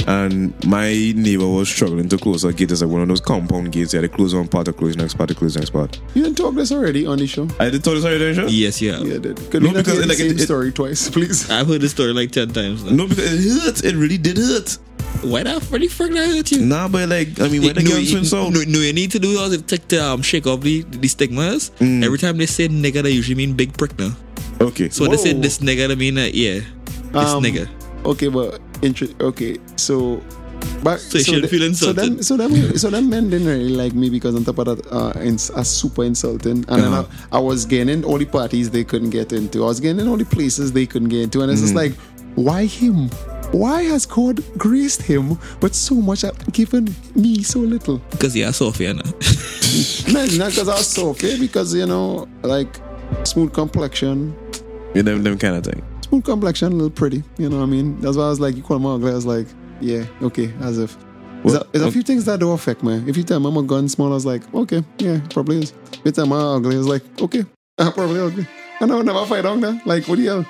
Speaker 4: and my neighbor was struggling to close a gate. It's like one of those compound gates. Yeah, they close one part, they close next part, they close next part.
Speaker 5: You didn't talk this already on the show.
Speaker 4: I did tell this already, Denisha?
Speaker 3: Yes, yeah.
Speaker 5: Yeah, I did. Could
Speaker 4: No,
Speaker 5: we not
Speaker 4: because
Speaker 5: hear
Speaker 4: it-
Speaker 5: the
Speaker 4: like,
Speaker 5: same
Speaker 4: it- it-
Speaker 5: story twice, please?
Speaker 3: I've heard this story like 10 times now.
Speaker 4: No, because it hurt. It really did hurt.
Speaker 3: Why the fuck really fuck that hurt you?
Speaker 4: Nah, but like, I mean, when the
Speaker 3: no,
Speaker 4: gang swings
Speaker 3: no,
Speaker 4: out,
Speaker 3: no, you need to do all the take the um, shake off the, the stigmas. Every time they say nigga, they usually mean big prick now.
Speaker 4: okay.
Speaker 3: So when they say
Speaker 5: Whoa.
Speaker 3: this nigga, they mean uh, yeah, this
Speaker 5: Um,
Speaker 3: nigga.
Speaker 5: Okay, but intre- okay, so. But,
Speaker 3: So you shouldn't
Speaker 5: the-
Speaker 3: feel
Speaker 5: so them,
Speaker 3: insulted.
Speaker 5: so them, so them men didn't really like me because on top of that, uh, ins- I super insulting, and then
Speaker 3: Uh-huh.
Speaker 5: I, I was getting in all the parties they couldn't get into. I was getting in all the places they couldn't get into, and it's just like,
Speaker 3: Mm-hmm.
Speaker 5: why him? Why has God graced him with so much, and given me so little? (laughs)
Speaker 3: Because yeah, Sophia now.
Speaker 5: No, it's not because I was so okay, because you know, like smooth complexion,
Speaker 4: You know, them kind of thing.
Speaker 5: smooth complexion, a little pretty. You know what I mean? That's why I was like, you call him ugly. I was like, yeah, okay, as if. There's a,
Speaker 4: Well,
Speaker 5: there's a
Speaker 4: um,
Speaker 5: few things that do affect me. If you tell me I'm a gun small, I was like, okay, yeah, probably is. If you tell me I'm ugly, I was like, okay, (laughs) I probably ugly. And I would never fight on that. Like, what do you have?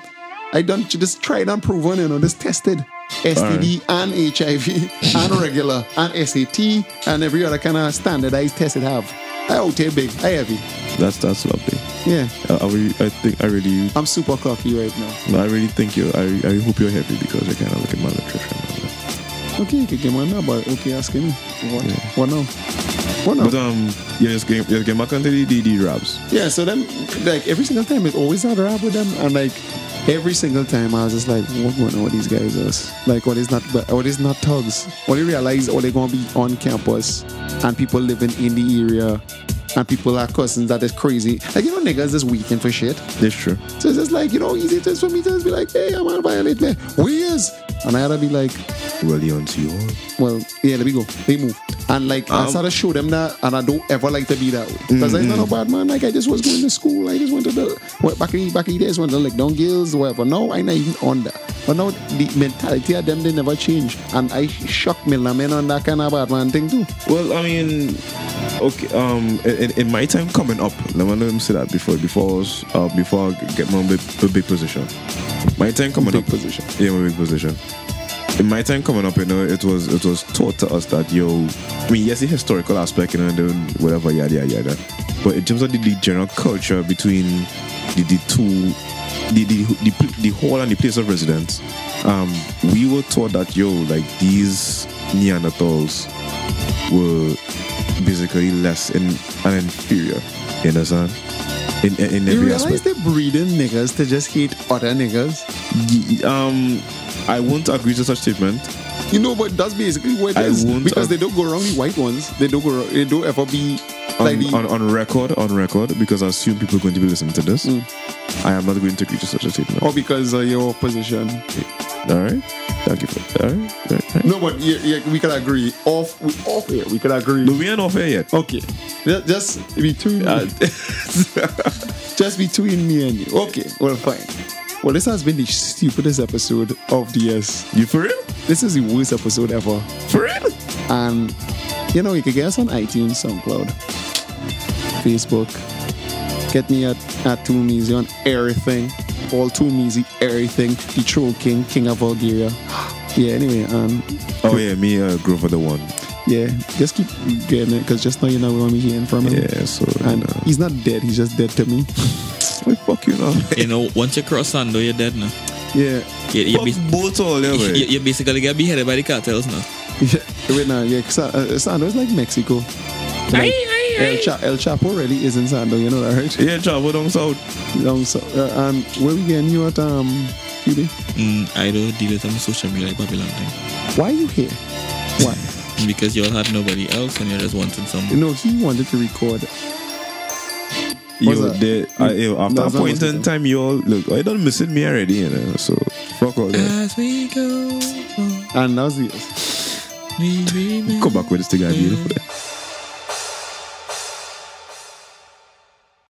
Speaker 5: I done just tried and proven, you know, just tested STD and HIV (laughs) and regular and SAT and every other kind of standardized test it have. I out here big, I heavy.
Speaker 4: That's that's lovely.
Speaker 5: Yeah,
Speaker 4: I, I, really, I think I really,
Speaker 5: I'm super cocky right now.
Speaker 4: I really think you. I, I hope you're happy because I kind of look at my nutrition.
Speaker 5: Okay, you can get my number. Okay, ask me. What? What now? What now?
Speaker 4: But um, yeah, just get, just get back onto the DD raps.
Speaker 5: yeah, so then, like, every single time, it's always that rap with them. And, like, every single time, I was just like, what going on with these guys? Is? Like, what is not, what is not thugs? What they realize, or they're going to be on campus and people living in the area and people are cousins that is crazy. Like, you know, niggas just waiting for shit.
Speaker 4: That's true.
Speaker 5: So it's just like, you know, easy just for me to just be like, hey, I'm going to violate me. Where is? And I had to be like,
Speaker 4: Well, he owns you all.
Speaker 5: well, yeah, there we go. They move. And like I
Speaker 4: Um, Mm-hmm.
Speaker 5: started to show them that and I don't ever like to be that way. Because I'm not a bad man. Like I just was going to school. I just went to the well, back in back in the days went to like down girls, whatever. Now I not even on that. But now the mentality of them they never change. And I shock me men on that kind of bad man thing too.
Speaker 4: Well, I mean, okay. Um, in, in my time coming up, let me let me say that before before I was, uh, before I get my big, big position. My time coming
Speaker 5: Big
Speaker 4: up.
Speaker 5: position.
Speaker 4: Yeah, my big position. In my time coming up, you know, it was it was taught to us that yo, I mean, yes, the historical aspect, you know, and whatever, yada yada yada. But in terms of the, the general culture between the, the two, the, the the pl- the hall and the place of residence, um, we were taught that yo, like these Neanderthals were basically less in and inferior. You understand? In in, in
Speaker 5: You
Speaker 4: every
Speaker 5: realize
Speaker 4: aspect.
Speaker 5: they're breeding niggas to just hate other niggas?
Speaker 4: Y- Um, I won't agree to such statement.
Speaker 5: You know, but that's basically what
Speaker 4: I
Speaker 5: it is.
Speaker 4: won't uh,
Speaker 5: Because
Speaker 4: ag-
Speaker 5: they don't go around the white ones. They don't go around, they don't ever be like
Speaker 4: on,
Speaker 5: the,
Speaker 4: on, on record, on record, because I assume people are going to be listening to this. I am not going to agree to such a statement.
Speaker 5: or oh, because of your position.
Speaker 4: All right, thank you for that. All right, all right, all right.
Speaker 5: No, but yeah, yeah, we can agree. Off, we, off here, we can agree.
Speaker 4: But we ain't off air yet.
Speaker 5: Okay. Ju- Just between
Speaker 4: Uh,
Speaker 5: just between me and you. Okay, well fine. Well this has been the stupidest episode of DS.
Speaker 4: (laughs) you for real?
Speaker 5: This is the worst episode ever.
Speaker 4: For real?
Speaker 5: And you know you can get us on iTunes, SoundCloud, Facebook. Get me at, at Tool Measy on everything. All Tool Measy, everything. The Troll King, King of Bulgaria. (sighs) Yeah, anyway, um,
Speaker 4: Oh yeah, me uh, Grover the one.
Speaker 5: yeah, just keep getting it because just now you know what I'm hearing from him.
Speaker 4: Yeah, so
Speaker 5: And
Speaker 4: uh,
Speaker 5: he's not dead, he's just dead to me.
Speaker 4: wait, fuck (laughs) you now.
Speaker 3: (laughs) You know, once you cross Sando, you're dead now.
Speaker 5: Yeah.
Speaker 3: You, you,
Speaker 4: fuck
Speaker 3: be,
Speaker 4: both all yeah,
Speaker 3: you,
Speaker 4: way.
Speaker 3: you basically get beheaded by the cartels now.
Speaker 5: Yeah, Wait, no, yeah, Sa- uh, Sando is like Mexico. Like, El, Cha- El Chapo really is in Sando, you know that, right?
Speaker 4: Yeah, travel down south.
Speaker 5: Um, so, uh, um, where we getting you at, um, Phoebe?
Speaker 3: Mm, I don't deal with them social media like Babylon thing.
Speaker 5: Why you here? Why?
Speaker 3: Because you all had nobody else and you're just wanting somebody.
Speaker 5: No, he wanted to record.
Speaker 4: Yo,
Speaker 5: What's that?
Speaker 4: they, I, yo, after
Speaker 5: No,
Speaker 4: a
Speaker 5: it's not
Speaker 4: point in
Speaker 5: Mexico.
Speaker 4: time, you all look. I don't miss it me already, you know. So fuck all that.
Speaker 3: As we go, on,
Speaker 5: And that was the
Speaker 3: we remember.
Speaker 4: Come back with this thing, I beautiful.